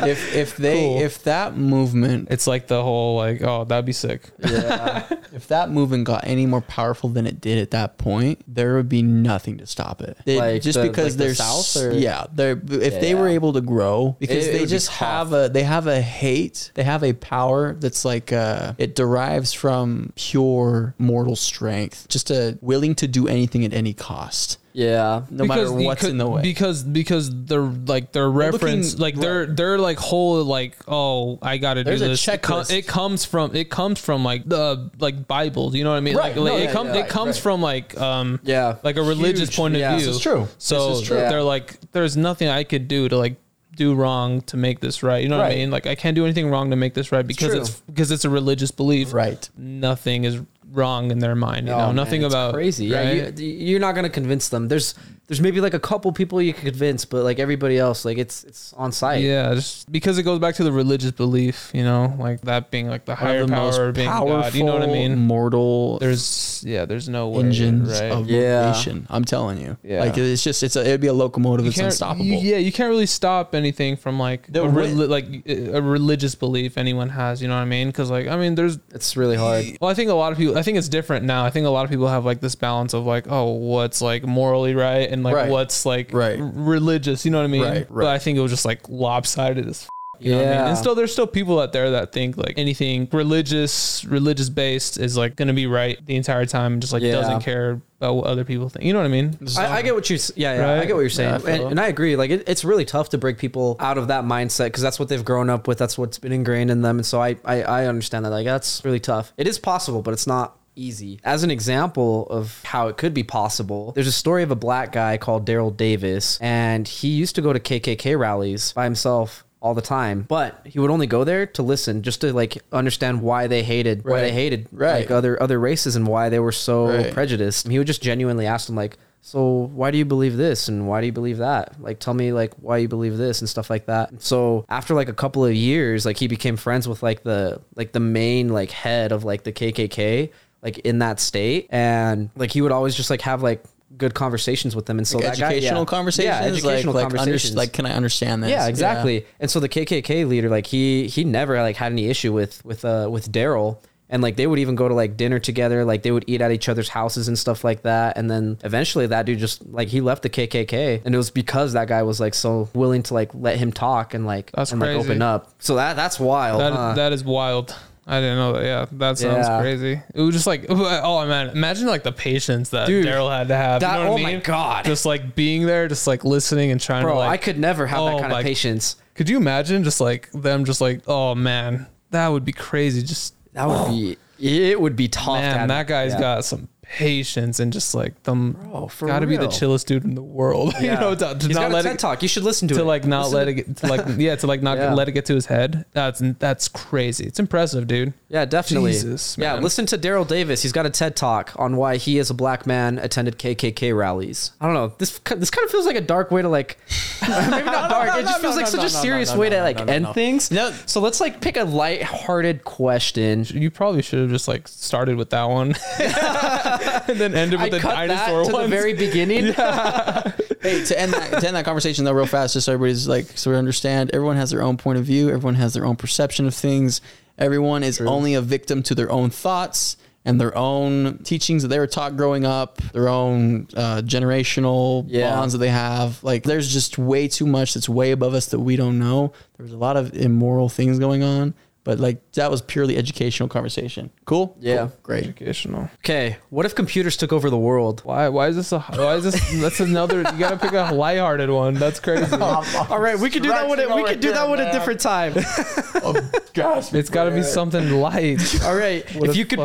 [SPEAKER 1] if if they
[SPEAKER 2] Cool.
[SPEAKER 1] if that movement
[SPEAKER 2] It's like the whole like oh that'd be sick.
[SPEAKER 1] if that movement got any more powerful than it did at that point, there would be nothing to stop it. They-
[SPEAKER 3] Like
[SPEAKER 1] just
[SPEAKER 3] the- like
[SPEAKER 1] because
[SPEAKER 3] the
[SPEAKER 1] they're
[SPEAKER 3] South,
[SPEAKER 1] s-
[SPEAKER 3] or-
[SPEAKER 1] yeah, they're if they were
[SPEAKER 3] Yeah.
[SPEAKER 1] able to grow because
[SPEAKER 3] It- it
[SPEAKER 1] they
[SPEAKER 3] would be
[SPEAKER 1] just
[SPEAKER 3] tough.
[SPEAKER 1] have a they have a hate, they have a power that's like uh it derives from pure mortal strength, just a willing to do anything at any cost.
[SPEAKER 3] Yeah.
[SPEAKER 1] no matter
[SPEAKER 2] the-
[SPEAKER 1] what's in the way.
[SPEAKER 2] Because because they're like their reference,
[SPEAKER 1] looking-
[SPEAKER 2] like their their like whole like oh I gotta
[SPEAKER 1] There's
[SPEAKER 2] do
[SPEAKER 1] a
[SPEAKER 2] this. It, com-
[SPEAKER 1] checklist.
[SPEAKER 2] it comes from it comes from like the like Bible. You know what I mean?
[SPEAKER 1] Right.
[SPEAKER 2] Like, like,
[SPEAKER 1] No,
[SPEAKER 2] it
[SPEAKER 1] yeah,
[SPEAKER 2] comes
[SPEAKER 1] yeah,
[SPEAKER 2] it
[SPEAKER 1] right,
[SPEAKER 2] comes
[SPEAKER 1] right.
[SPEAKER 2] from like um
[SPEAKER 3] Yeah.
[SPEAKER 2] like a religious
[SPEAKER 3] Huge.
[SPEAKER 2] point of
[SPEAKER 3] Yeah.
[SPEAKER 2] view.
[SPEAKER 3] This
[SPEAKER 1] is true.
[SPEAKER 2] So
[SPEAKER 1] This is true.
[SPEAKER 2] they're like there's nothing I could do to like do wrong to make this right. You know what I
[SPEAKER 1] Right.
[SPEAKER 2] mean? Like I can't do anything wrong to make this right because
[SPEAKER 3] true.
[SPEAKER 2] it's, because it's a religious belief.
[SPEAKER 1] Right.
[SPEAKER 2] Nothing is wrong in their mind. You
[SPEAKER 3] Oh,
[SPEAKER 2] know
[SPEAKER 3] man,
[SPEAKER 2] nothing
[SPEAKER 3] it's
[SPEAKER 2] about
[SPEAKER 3] crazy. Yeah,
[SPEAKER 2] right?
[SPEAKER 3] you, you're not gonna convince them. There's there's maybe like a couple people you can convince, but like everybody else, like it's it's on site.
[SPEAKER 2] Yeah, just because it goes back to the religious belief, you know, like that being like the higher
[SPEAKER 1] the most
[SPEAKER 2] power, being God. You know what I mean?
[SPEAKER 1] Mortal
[SPEAKER 2] There's yeah, there's no way,
[SPEAKER 1] engines
[SPEAKER 2] right?
[SPEAKER 1] of
[SPEAKER 3] Yeah.
[SPEAKER 1] motivation. I'm telling you,
[SPEAKER 2] Yeah.
[SPEAKER 1] like it's just it's a, it'd be a locomotive.
[SPEAKER 2] You
[SPEAKER 1] it's
[SPEAKER 2] can't-
[SPEAKER 1] unstoppable.
[SPEAKER 2] you- yeah, you can't really stop anything from like
[SPEAKER 1] The
[SPEAKER 2] a
[SPEAKER 1] wi-
[SPEAKER 2] reli- like uh, a religious belief anyone has. You know what I mean? Because like I mean, there's
[SPEAKER 3] It's really hard.
[SPEAKER 2] Well, I think a lot of people. I think it's different now. I think a lot of people have like this balance of like, oh, what's like morally right and like
[SPEAKER 1] Right.
[SPEAKER 2] what's like
[SPEAKER 1] Right.
[SPEAKER 2] r- religious. You know what I mean?
[SPEAKER 1] Right,
[SPEAKER 2] But
[SPEAKER 1] right.
[SPEAKER 2] I think it was just like lopsided as. F- you know what I mean?
[SPEAKER 3] Yeah.
[SPEAKER 2] And still, there's still people out there that think like anything religious, religious based is like going to be right the entire time, and just like
[SPEAKER 3] Yeah.
[SPEAKER 2] doesn't care about what other people think. You know what I mean?
[SPEAKER 3] I, I get what you s- yeah, yeah I
[SPEAKER 2] Right?
[SPEAKER 3] get what you're
[SPEAKER 1] Yeah, I
[SPEAKER 3] saying,
[SPEAKER 1] feel
[SPEAKER 3] and,
[SPEAKER 1] that.
[SPEAKER 3] and I agree. Like it, it's really tough to break people out of that mindset because that's what they've grown up with. That's what's been ingrained in them, and so I, I I understand that. Like that's really tough. It is possible, but it's not easy. As an example of how it could be possible, there's a story of a black guy called Daryl Davis, and he used to go to KKK rallies by himself all the time but he would only go there to listen just to like understand why they hated why they
[SPEAKER 1] Right.
[SPEAKER 3] hated
[SPEAKER 1] Right.
[SPEAKER 3] like other other races and why they were so
[SPEAKER 1] Right.
[SPEAKER 3] prejudiced. He would just genuinely ask them like, "So why do you believe this and why do you believe that? Like, tell me like why you believe this and stuff like that." So after like a couple of years, like he became friends with like the like the main like head of like the KKK like in that state, and like he would always just like have like good conversations with them, and so that guy- yeah.
[SPEAKER 1] educational conversations,
[SPEAKER 3] yeah, educational
[SPEAKER 1] like,
[SPEAKER 3] conversations,
[SPEAKER 1] Like, under, like, can I understand this?
[SPEAKER 3] yeah, exactly. And so the KKK leader, like he he never like had any issue with with uh with Daryl. And like they would even go to like dinner together, like they would eat at each other's houses and stuff like that. And then eventually that dude just like he left the KKK, and it was because that guy was like so willing to like let him talk and like
[SPEAKER 2] That's
[SPEAKER 3] and like
[SPEAKER 2] crazy.
[SPEAKER 3] open up. So that that's wild.
[SPEAKER 2] That
[SPEAKER 3] Oh, huh?
[SPEAKER 2] that is wild. I didn't know that. Yeah, that sounds
[SPEAKER 3] Yeah.
[SPEAKER 2] crazy. It was just like, <laughs> oh man, imagine like the patience that
[SPEAKER 3] Dude,
[SPEAKER 2] Daryl had to have. You
[SPEAKER 3] that-
[SPEAKER 2] know what
[SPEAKER 3] oh
[SPEAKER 2] I
[SPEAKER 3] my
[SPEAKER 2] mean?
[SPEAKER 3] God.
[SPEAKER 2] Just like being there, just like listening and trying
[SPEAKER 3] Bro,
[SPEAKER 2] to. Like,
[SPEAKER 3] I could never have
[SPEAKER 2] oh
[SPEAKER 3] that kind
[SPEAKER 2] my-
[SPEAKER 3] of patience.
[SPEAKER 2] Could you imagine just like them, just like, oh man, that would be crazy. Just
[SPEAKER 3] That would be it would be tough. to
[SPEAKER 2] man,
[SPEAKER 3] have-
[SPEAKER 2] that guy's
[SPEAKER 3] yeah.
[SPEAKER 2] got <laughs> some patience and just like them.
[SPEAKER 3] Bro, for
[SPEAKER 2] gotta be the
[SPEAKER 3] real.
[SPEAKER 2] chillest dude in the world. <laughs> you
[SPEAKER 3] Yeah.
[SPEAKER 2] know, to, to
[SPEAKER 3] He's
[SPEAKER 2] not
[SPEAKER 3] got a
[SPEAKER 2] let
[SPEAKER 3] TED
[SPEAKER 2] it
[SPEAKER 3] talk. You should listen to,
[SPEAKER 2] to
[SPEAKER 3] it.
[SPEAKER 2] like not
[SPEAKER 3] Listen
[SPEAKER 2] let
[SPEAKER 3] to-
[SPEAKER 2] it get
[SPEAKER 3] <laughs>
[SPEAKER 2] to like yeah to like not
[SPEAKER 3] Yeah.
[SPEAKER 2] let it get to his head. That's that's crazy. It's impressive, dude.
[SPEAKER 3] Yeah, definitely.
[SPEAKER 2] Jesus,
[SPEAKER 3] yeah,
[SPEAKER 2] man.
[SPEAKER 3] listen to Daryl Davis. He's got a TED talk on why he, as a black man, attended KKK rallies. I don't know. This ki- this kind of feels like a dark way to like, <laughs> maybe not dark. it just
[SPEAKER 1] no,
[SPEAKER 3] feels like
[SPEAKER 1] no,
[SPEAKER 3] such
[SPEAKER 1] no,
[SPEAKER 3] a
[SPEAKER 1] no,
[SPEAKER 3] serious
[SPEAKER 1] no,
[SPEAKER 3] way
[SPEAKER 1] no,
[SPEAKER 3] to
[SPEAKER 1] no,
[SPEAKER 3] like
[SPEAKER 1] no, no,
[SPEAKER 3] end
[SPEAKER 1] no.
[SPEAKER 3] things.
[SPEAKER 1] No.
[SPEAKER 3] So let's like pick a lighthearted question.
[SPEAKER 2] You probably should have just like started with that one, <laughs> and then ended with
[SPEAKER 3] I
[SPEAKER 2] the
[SPEAKER 3] cut that
[SPEAKER 2] dinosaur
[SPEAKER 3] to the
[SPEAKER 2] one. <laughs>
[SPEAKER 3] very beginning.
[SPEAKER 1] Hey, to end that to end that conversation though, real fast, just so everybody's like, so we understand, everyone has their own point of view, everyone has their own perception of things, everyone is only a victim to their own thoughts and their own teachings that they were taught growing up, their own uh, generational
[SPEAKER 3] Yeah.
[SPEAKER 1] bonds that they have. Like, there's just way too much that's way above us that we don't know. There was a lot of immoral things going on, but like that was purely educational conversation. Cool.
[SPEAKER 3] Yeah.
[SPEAKER 1] Cool. Great.
[SPEAKER 2] Educational.
[SPEAKER 3] Okay, what if computers took over the world?
[SPEAKER 2] Why? Why is this? A, why is this? That's another. You gotta pick a lighthearted one. That's <laughs> crazy.
[SPEAKER 3] All right, we could do that one. at- We could do that one at a different time.
[SPEAKER 2] It's gotta be something <laughs> light.
[SPEAKER 3] All right, if you could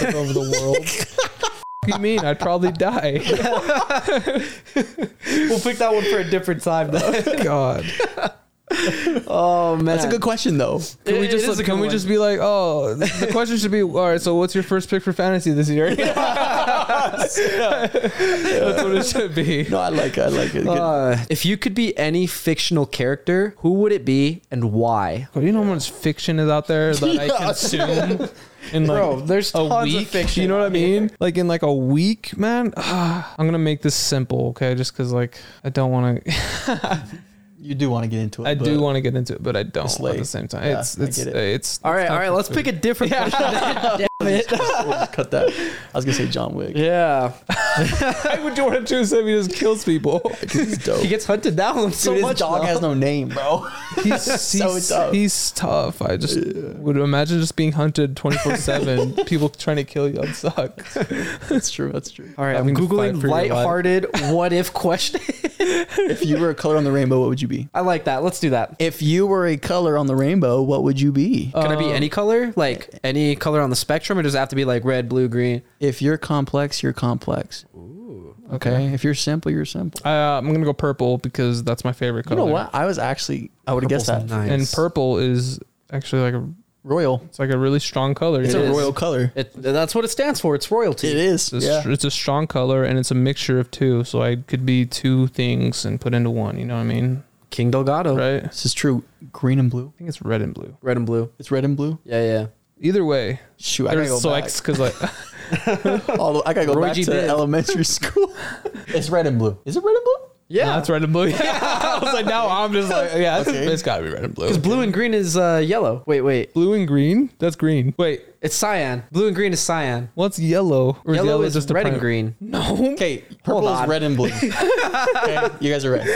[SPEAKER 2] took over the world. <laughs> you mean I'd probably die?
[SPEAKER 3] <laughs> We'll pick that one for a different time. Though.
[SPEAKER 2] <laughs> God.
[SPEAKER 3] Oh man,
[SPEAKER 1] That's a good question though.
[SPEAKER 2] Can we
[SPEAKER 3] It- it
[SPEAKER 2] just
[SPEAKER 3] is a
[SPEAKER 2] can
[SPEAKER 3] good
[SPEAKER 2] we
[SPEAKER 3] one.
[SPEAKER 2] just be like, oh, the question should be, all right. So, what's your first pick for fantasy
[SPEAKER 3] <laughs>
[SPEAKER 2] this year? <laughs> That's what it should be.
[SPEAKER 1] No, I like it. I like it. Good.
[SPEAKER 3] Uh, if you could be any fictional character, who would it be and why?
[SPEAKER 2] Well, you know how much fiction is out there that
[SPEAKER 1] <laughs>
[SPEAKER 2] I consume in like
[SPEAKER 3] Bro, there's
[SPEAKER 2] a
[SPEAKER 3] tons of
[SPEAKER 2] week.
[SPEAKER 3] fiction
[SPEAKER 2] You know what I
[SPEAKER 3] out here.
[SPEAKER 2] mean? Like in like a week, man. Ah, I'm gonna make this simple, okay? Just because like I don't want to.
[SPEAKER 1] You do want to get into it.
[SPEAKER 2] <laughs> I do
[SPEAKER 1] but- <laughs>
[SPEAKER 2] want to get into it, but I don't
[SPEAKER 1] It's
[SPEAKER 2] at the
[SPEAKER 1] late.
[SPEAKER 2] same time.
[SPEAKER 1] Yeah,
[SPEAKER 2] it's
[SPEAKER 1] I
[SPEAKER 2] it's
[SPEAKER 1] get it.
[SPEAKER 2] it's.
[SPEAKER 3] All right,
[SPEAKER 2] it's
[SPEAKER 3] all
[SPEAKER 2] not
[SPEAKER 3] right,
[SPEAKER 2] for
[SPEAKER 3] let's
[SPEAKER 2] food.
[SPEAKER 3] pick a different <laughs> question. Damn it.
[SPEAKER 1] cut that. I was gonna say John Wick.
[SPEAKER 3] Yeah.
[SPEAKER 2] Why <laughs> would you want to choose him? He just
[SPEAKER 1] <laughs>
[SPEAKER 2] kills people.
[SPEAKER 1] <laughs> He's dope.
[SPEAKER 3] He gets hunted down so
[SPEAKER 1] Dude, his
[SPEAKER 3] much.
[SPEAKER 1] dog
[SPEAKER 3] though.
[SPEAKER 1] has no name, bro.
[SPEAKER 2] He's
[SPEAKER 1] So
[SPEAKER 2] he's,
[SPEAKER 1] tough.
[SPEAKER 2] he's tough. I just would imagine just being hunted twenty
[SPEAKER 3] <laughs>
[SPEAKER 2] four seven. People trying to kill you. That sucks.
[SPEAKER 1] that's true. That's true.
[SPEAKER 3] all right, I'm
[SPEAKER 2] having to fight
[SPEAKER 3] Googling
[SPEAKER 2] for your life.
[SPEAKER 3] lighthearted what if question. <laughs>
[SPEAKER 1] If you were a color on the rainbow, what would you be?
[SPEAKER 3] I like that. Let's do that.
[SPEAKER 1] If you were a color on the rainbow, what would you be?
[SPEAKER 3] Can I be any color? Like any color on the spectrum, or does it have to be like red, blue, green?
[SPEAKER 1] if you're complex, you're complex. Ooh. Okay. If you're simple, you're simple.
[SPEAKER 2] Uh, I'm gonna go purple because that's my favorite
[SPEAKER 1] You
[SPEAKER 2] color.
[SPEAKER 1] know what? I was actually I would have guessed that
[SPEAKER 3] Nice.
[SPEAKER 2] And purple is actually like a
[SPEAKER 1] royal.
[SPEAKER 2] it's like a really strong color.
[SPEAKER 1] It's
[SPEAKER 2] It
[SPEAKER 1] a
[SPEAKER 2] is.
[SPEAKER 1] royal color.
[SPEAKER 3] It, that's what it stands for. It's royalty.
[SPEAKER 1] It is.
[SPEAKER 2] It's, a
[SPEAKER 1] yeah.
[SPEAKER 2] str- it's a strong color and it's a mixture of two, so I could be two things and put into one. You know what I mean?
[SPEAKER 3] King Delgado.
[SPEAKER 2] Right? I
[SPEAKER 1] This is true. Green and blue.
[SPEAKER 2] think it's red and blue.
[SPEAKER 3] Red and blue.
[SPEAKER 1] It's red and blue.
[SPEAKER 3] Yeah, yeah.
[SPEAKER 2] Either way,
[SPEAKER 1] Shoot, I gotta
[SPEAKER 2] there's
[SPEAKER 1] go
[SPEAKER 2] so
[SPEAKER 1] back.
[SPEAKER 2] because like <laughs>
[SPEAKER 1] All the- I gotta go
[SPEAKER 3] Roy
[SPEAKER 1] back
[SPEAKER 3] G.
[SPEAKER 1] to
[SPEAKER 3] Biv.
[SPEAKER 1] elementary <laughs> school. it's red and blue. Is it red and blue?
[SPEAKER 3] Yeah.
[SPEAKER 2] that's red and blue. <laughs> I was like, now I'm just like, yeah, it's-
[SPEAKER 1] Okay.
[SPEAKER 2] it's gotta be red and blue.
[SPEAKER 3] Because blue and green is uh, yellow. Wait, wait.
[SPEAKER 2] Blue and green? That's green. Wait,
[SPEAKER 3] It's cyan. Blue and green is cyan.
[SPEAKER 2] what's yellow? Or
[SPEAKER 3] Yellow, is
[SPEAKER 2] a
[SPEAKER 3] red and
[SPEAKER 2] prim-
[SPEAKER 3] green.
[SPEAKER 2] No.
[SPEAKER 1] Okay, purple is
[SPEAKER 3] on.
[SPEAKER 1] red and blue. <laughs> okay, you guys are right.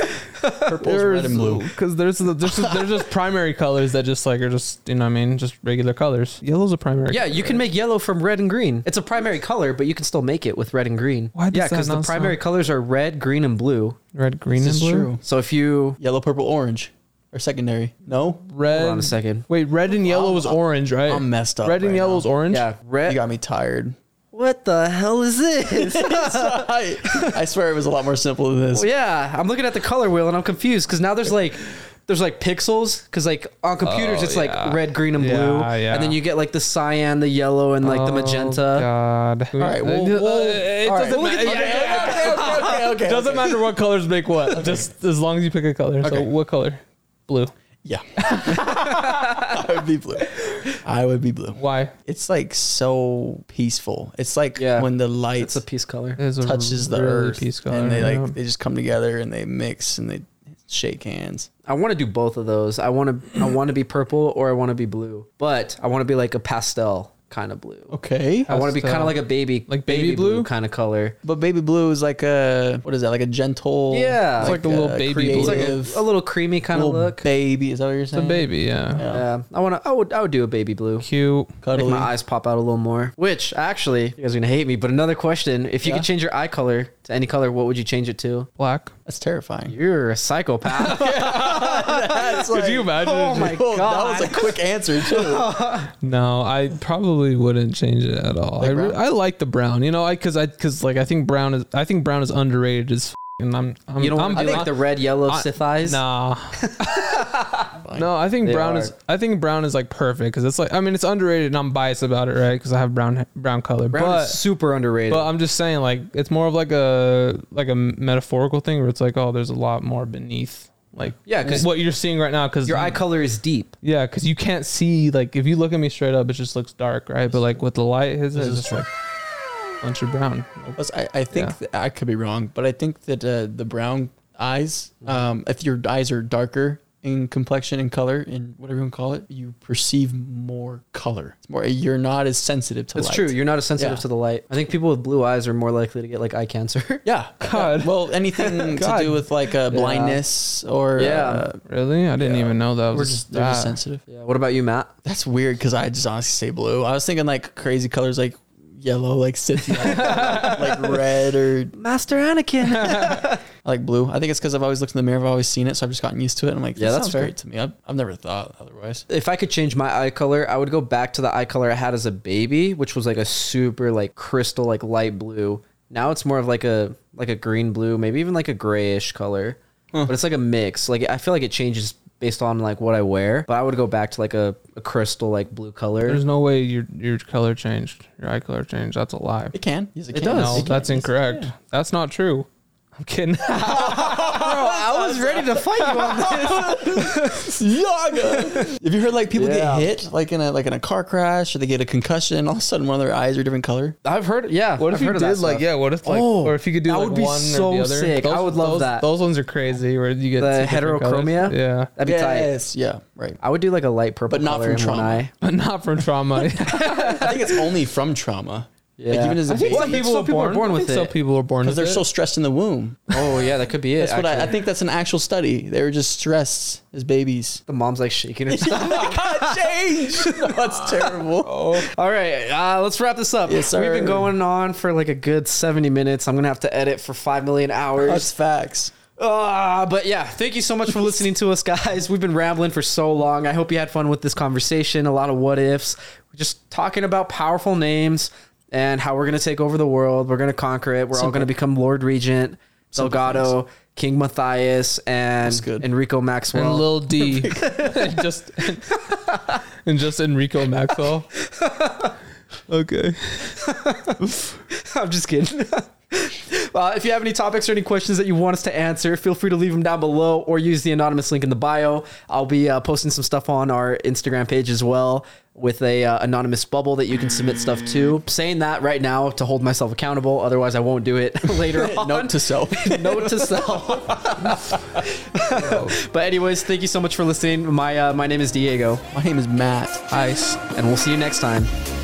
[SPEAKER 1] Purple is red and blue.
[SPEAKER 2] Because there's the, there's just, there's just primary colors that just like are just you know what I mean just regular colors. Yellow's a primary.
[SPEAKER 3] Yeah, you can make yellow from red and green. It's a primary color, but you can still make it with red and green.
[SPEAKER 2] Why does
[SPEAKER 3] yeah,
[SPEAKER 2] that
[SPEAKER 3] because the
[SPEAKER 2] not
[SPEAKER 3] primary
[SPEAKER 2] sound-
[SPEAKER 3] colors are red, green, and blue.
[SPEAKER 2] color. red, green,
[SPEAKER 1] This
[SPEAKER 2] and
[SPEAKER 1] is
[SPEAKER 2] blue.
[SPEAKER 1] true.
[SPEAKER 3] So if you
[SPEAKER 1] Yellow, purple, orange, or secondary? No,
[SPEAKER 2] Red.
[SPEAKER 3] hold on a second,
[SPEAKER 2] Wait, red and yellow is orange, right?
[SPEAKER 1] I'm messed up
[SPEAKER 2] Red and
[SPEAKER 1] right
[SPEAKER 2] yellow is
[SPEAKER 1] now.
[SPEAKER 2] orange.
[SPEAKER 3] yeah,
[SPEAKER 1] you
[SPEAKER 3] red.
[SPEAKER 1] got me <laughs> tired.
[SPEAKER 3] What the hell is <laughs> this?
[SPEAKER 1] I, I swear it was a lot more simple than this.
[SPEAKER 3] yeah, I'm looking at the color wheel and I'm confused because now there's like. There's like pixels because like on computers
[SPEAKER 2] Oh,
[SPEAKER 3] it's
[SPEAKER 2] yeah.
[SPEAKER 3] like red, green, and blue,
[SPEAKER 2] Yeah, yeah.
[SPEAKER 3] and then you get like the cyan, the yellow, and like the
[SPEAKER 2] Oh,
[SPEAKER 3] magenta.
[SPEAKER 2] God. All
[SPEAKER 1] right, well, well,
[SPEAKER 2] it
[SPEAKER 1] all right.
[SPEAKER 2] doesn't
[SPEAKER 1] We'll
[SPEAKER 2] matter.
[SPEAKER 1] get-
[SPEAKER 2] Yeah,
[SPEAKER 1] okay, okay,
[SPEAKER 2] <laughs> yeah, yeah.
[SPEAKER 1] okay, <laughs> okay, okay,
[SPEAKER 2] Doesn't
[SPEAKER 1] okay.
[SPEAKER 3] <laughs>
[SPEAKER 2] matter what colors make what. Just as long as you pick a color. So
[SPEAKER 1] Okay.
[SPEAKER 2] what color? Blue.
[SPEAKER 1] <laughs> Yeah. I would be blue. I would be blue.
[SPEAKER 2] Why?
[SPEAKER 1] It's like so peaceful. It's like
[SPEAKER 3] Yeah.
[SPEAKER 1] when the
[SPEAKER 3] It's
[SPEAKER 1] lights
[SPEAKER 3] a peace color.
[SPEAKER 1] touches the earth and they like they just come together and they mix and they shake hands.
[SPEAKER 3] I want to do both of those. I want to I want to be purple or I want to be blue, but I want to be like a pastel kind of blue.
[SPEAKER 1] Okay.
[SPEAKER 3] I want to be kind of
[SPEAKER 2] Pastel.
[SPEAKER 3] like a baby,
[SPEAKER 2] Like baby blue?
[SPEAKER 3] kind of color.
[SPEAKER 1] Uh, But baby blue is like a what is that? Like a gentle
[SPEAKER 3] Yeah. It's
[SPEAKER 2] like a
[SPEAKER 1] uh,
[SPEAKER 2] little baby blue.
[SPEAKER 3] It's like a,
[SPEAKER 1] creative,
[SPEAKER 3] a little creamy kind of
[SPEAKER 1] little
[SPEAKER 3] look.
[SPEAKER 1] baby. Is that what you're saying?
[SPEAKER 2] the baby. Yeah.
[SPEAKER 3] Yeah, I want to. I would. I would do a baby blue.
[SPEAKER 2] Cute.
[SPEAKER 3] Make
[SPEAKER 1] Cuddly.
[SPEAKER 3] my eyes pop out a little more. Which actually, you guys are gonna hate me. But another question: If you
[SPEAKER 1] Yeah.
[SPEAKER 3] could change your eye color to any color, what would you change it to?
[SPEAKER 2] Black.
[SPEAKER 1] That's terrifying.
[SPEAKER 3] You're a psychopath.
[SPEAKER 2] Could you imagine?
[SPEAKER 3] oh my
[SPEAKER 1] Well,
[SPEAKER 3] god!
[SPEAKER 1] That was a quick answer too.
[SPEAKER 2] No, I probably wouldn't change it at all. I, re-
[SPEAKER 1] brown?
[SPEAKER 2] I like the brown, you know, I because I because like I think brown is I think brown is underrated as f- and I'm, I'm
[SPEAKER 3] you don't
[SPEAKER 2] I'm
[SPEAKER 3] want to do like the red, yellow Sith eyes. <laughs>
[SPEAKER 2] Nah. <laughs> no, I think
[SPEAKER 3] They
[SPEAKER 2] brown
[SPEAKER 3] are.
[SPEAKER 2] is I think brown is like perfect because it's like I mean it's underrated and I'm biased about it right because I have brown brown color
[SPEAKER 3] Brown
[SPEAKER 2] but
[SPEAKER 3] is super underrated.
[SPEAKER 2] but I'm just saying like it's more of like a like a metaphorical thing where it's like oh there's a lot more beneath like
[SPEAKER 3] Yeah, 'cause
[SPEAKER 2] what you're seeing right now because
[SPEAKER 3] your eye color is deep.
[SPEAKER 2] Yeah, because you can't see like if you look at me straight up, it just looks dark, right? But like with the light, his is just like bunch of brown.
[SPEAKER 1] Plus, I, I think that- I could be wrong, but I think that uh, the brown eyes, um, if your eyes are darker in complexion and color and whatever you want to call it, you perceive more color. It's more you're not as sensitive to
[SPEAKER 3] It's
[SPEAKER 1] light.
[SPEAKER 3] true. You're not as sensitive
[SPEAKER 1] Yeah.
[SPEAKER 3] to the light. I think people with blue eyes are more likely to get like eye cancer. <laughs>
[SPEAKER 1] yeah.
[SPEAKER 2] God.
[SPEAKER 1] Yeah. Well,
[SPEAKER 2] <laughs>
[SPEAKER 1] anything to
[SPEAKER 2] God.
[SPEAKER 1] do with like uh, blindness or
[SPEAKER 3] Yeah.
[SPEAKER 1] uh,
[SPEAKER 2] Really? I didn't even know that was
[SPEAKER 1] we're just, they're just
[SPEAKER 2] that.
[SPEAKER 1] sensitive.
[SPEAKER 3] yeah. What about you, Matt?
[SPEAKER 1] That's weird because I just honestly say blue. I was thinking like crazy colors like yellow, like Sith,
[SPEAKER 2] <laughs>
[SPEAKER 1] yellow, like red or
[SPEAKER 3] Master Anakin. <laughs>
[SPEAKER 1] I like blue. I think it's because I've always looked in the mirror, I've always seen it, so I've just gotten used to it. I'm like, yeah,
[SPEAKER 3] Yeah,
[SPEAKER 1] that
[SPEAKER 3] that's
[SPEAKER 1] sounds
[SPEAKER 3] fair.
[SPEAKER 1] great to me. I've, I've never thought otherwise.
[SPEAKER 3] if I could change my eye color, I would go back to the eye color I had as a baby, which was like a super like crystal like light blue. Now it's more of like a like a green blue, maybe even like a grayish color. But it's like a mix. Like I feel like it changes based on like what I wear. But I would go back to like a, a crystal like blue color.
[SPEAKER 2] There's no way your your color changed. Your eye color changed. That's a lie.
[SPEAKER 1] It can. Yes, it,
[SPEAKER 3] It
[SPEAKER 1] can.
[SPEAKER 3] does.
[SPEAKER 2] No,
[SPEAKER 1] It can.
[SPEAKER 2] that's
[SPEAKER 1] Yes, it <laughs>
[SPEAKER 2] incorrect.
[SPEAKER 1] can.
[SPEAKER 2] That's not true.
[SPEAKER 3] <laughs>
[SPEAKER 2] I'm kidding.
[SPEAKER 3] I was ready to fight you on this.
[SPEAKER 1] Yaga. Have you heard like people
[SPEAKER 3] <laughs> Yeah.
[SPEAKER 1] get hit like in a like in a car crash or they get a concussion and all of a sudden one of their eyes are a different color?
[SPEAKER 3] I've heard yeah.
[SPEAKER 2] <laughs> What if
[SPEAKER 3] I've
[SPEAKER 2] you
[SPEAKER 3] heard of
[SPEAKER 2] did
[SPEAKER 3] that
[SPEAKER 2] like
[SPEAKER 3] stuff.
[SPEAKER 2] yeah? What if like
[SPEAKER 1] Oh,
[SPEAKER 2] or if you could do
[SPEAKER 3] that
[SPEAKER 2] like
[SPEAKER 3] would be
[SPEAKER 2] one
[SPEAKER 3] so
[SPEAKER 2] or the other?
[SPEAKER 3] sick. I would love
[SPEAKER 2] those,
[SPEAKER 3] that.
[SPEAKER 2] Those ones are crazy. Where you get
[SPEAKER 3] the
[SPEAKER 2] two different colors.
[SPEAKER 3] heterochromia?
[SPEAKER 2] Yeah, <laughs>
[SPEAKER 3] That'd be tight.
[SPEAKER 1] Yeah. Right.
[SPEAKER 3] I would do like a light purple
[SPEAKER 1] But not
[SPEAKER 3] color
[SPEAKER 1] from
[SPEAKER 3] in one
[SPEAKER 1] trauma.
[SPEAKER 3] eye.
[SPEAKER 2] but not from
[SPEAKER 3] <laughs>
[SPEAKER 2] trauma.
[SPEAKER 1] I think it's only from trauma. Yeah. Like even as a
[SPEAKER 3] I think
[SPEAKER 1] baby,
[SPEAKER 3] some people are born with
[SPEAKER 2] Some
[SPEAKER 3] it.
[SPEAKER 2] people are born
[SPEAKER 1] because
[SPEAKER 2] with
[SPEAKER 1] they're
[SPEAKER 2] it.
[SPEAKER 1] so stressed in the womb.
[SPEAKER 3] Oh yeah, that could be it.
[SPEAKER 1] That's what I, I
[SPEAKER 3] actually.
[SPEAKER 1] think. That's an actual study. They were just stressed as
[SPEAKER 3] <laughs>
[SPEAKER 1] babies. <laughs>
[SPEAKER 3] the mom's like shaking her stuff.
[SPEAKER 1] change. that's terrible.
[SPEAKER 3] All right, uh, let's wrap this up.
[SPEAKER 1] Yes,
[SPEAKER 3] We've
[SPEAKER 1] sir.
[SPEAKER 3] been going on for like a good 70 minutes. I'm going to have to edit for 5 million
[SPEAKER 1] That's
[SPEAKER 3] hours.
[SPEAKER 1] facts.
[SPEAKER 3] Ah, but yeah, thank you so much
[SPEAKER 1] <laughs>
[SPEAKER 3] for listening to us, guys. We've been rambling for so long. I hope you had fun with this conversation. A lot of what ifs. We're just talking about powerful names and how we're going to take over the world. We're going to conquer it. We're all going to become Lord Regent, Delgado, King Matthias, and
[SPEAKER 1] good.
[SPEAKER 3] Enrico Maxwell.
[SPEAKER 2] and Lil D, <laughs> and just <laughs> and just Enrico Maxwell. Okay,
[SPEAKER 3] <laughs> I'm just kidding. uh, if you have any topics or any questions that you want us to answer, feel free to leave them down below or use the anonymous link in the bio. I'll be uh, posting some stuff on our Instagram page as well with a uh, anonymous bubble that you can submit stuff to. Saying that right now to hold myself accountable, otherwise I won't do it <laughs> later
[SPEAKER 1] <laughs>
[SPEAKER 3] on.
[SPEAKER 1] Note to self.
[SPEAKER 3] <laughs> Note to self.
[SPEAKER 1] <laughs>
[SPEAKER 3] <laughs> but anyways, thank you so much for listening. My uh, my name is Diego,
[SPEAKER 1] My name is Matt.
[SPEAKER 2] ice.
[SPEAKER 3] and we'll see you next time.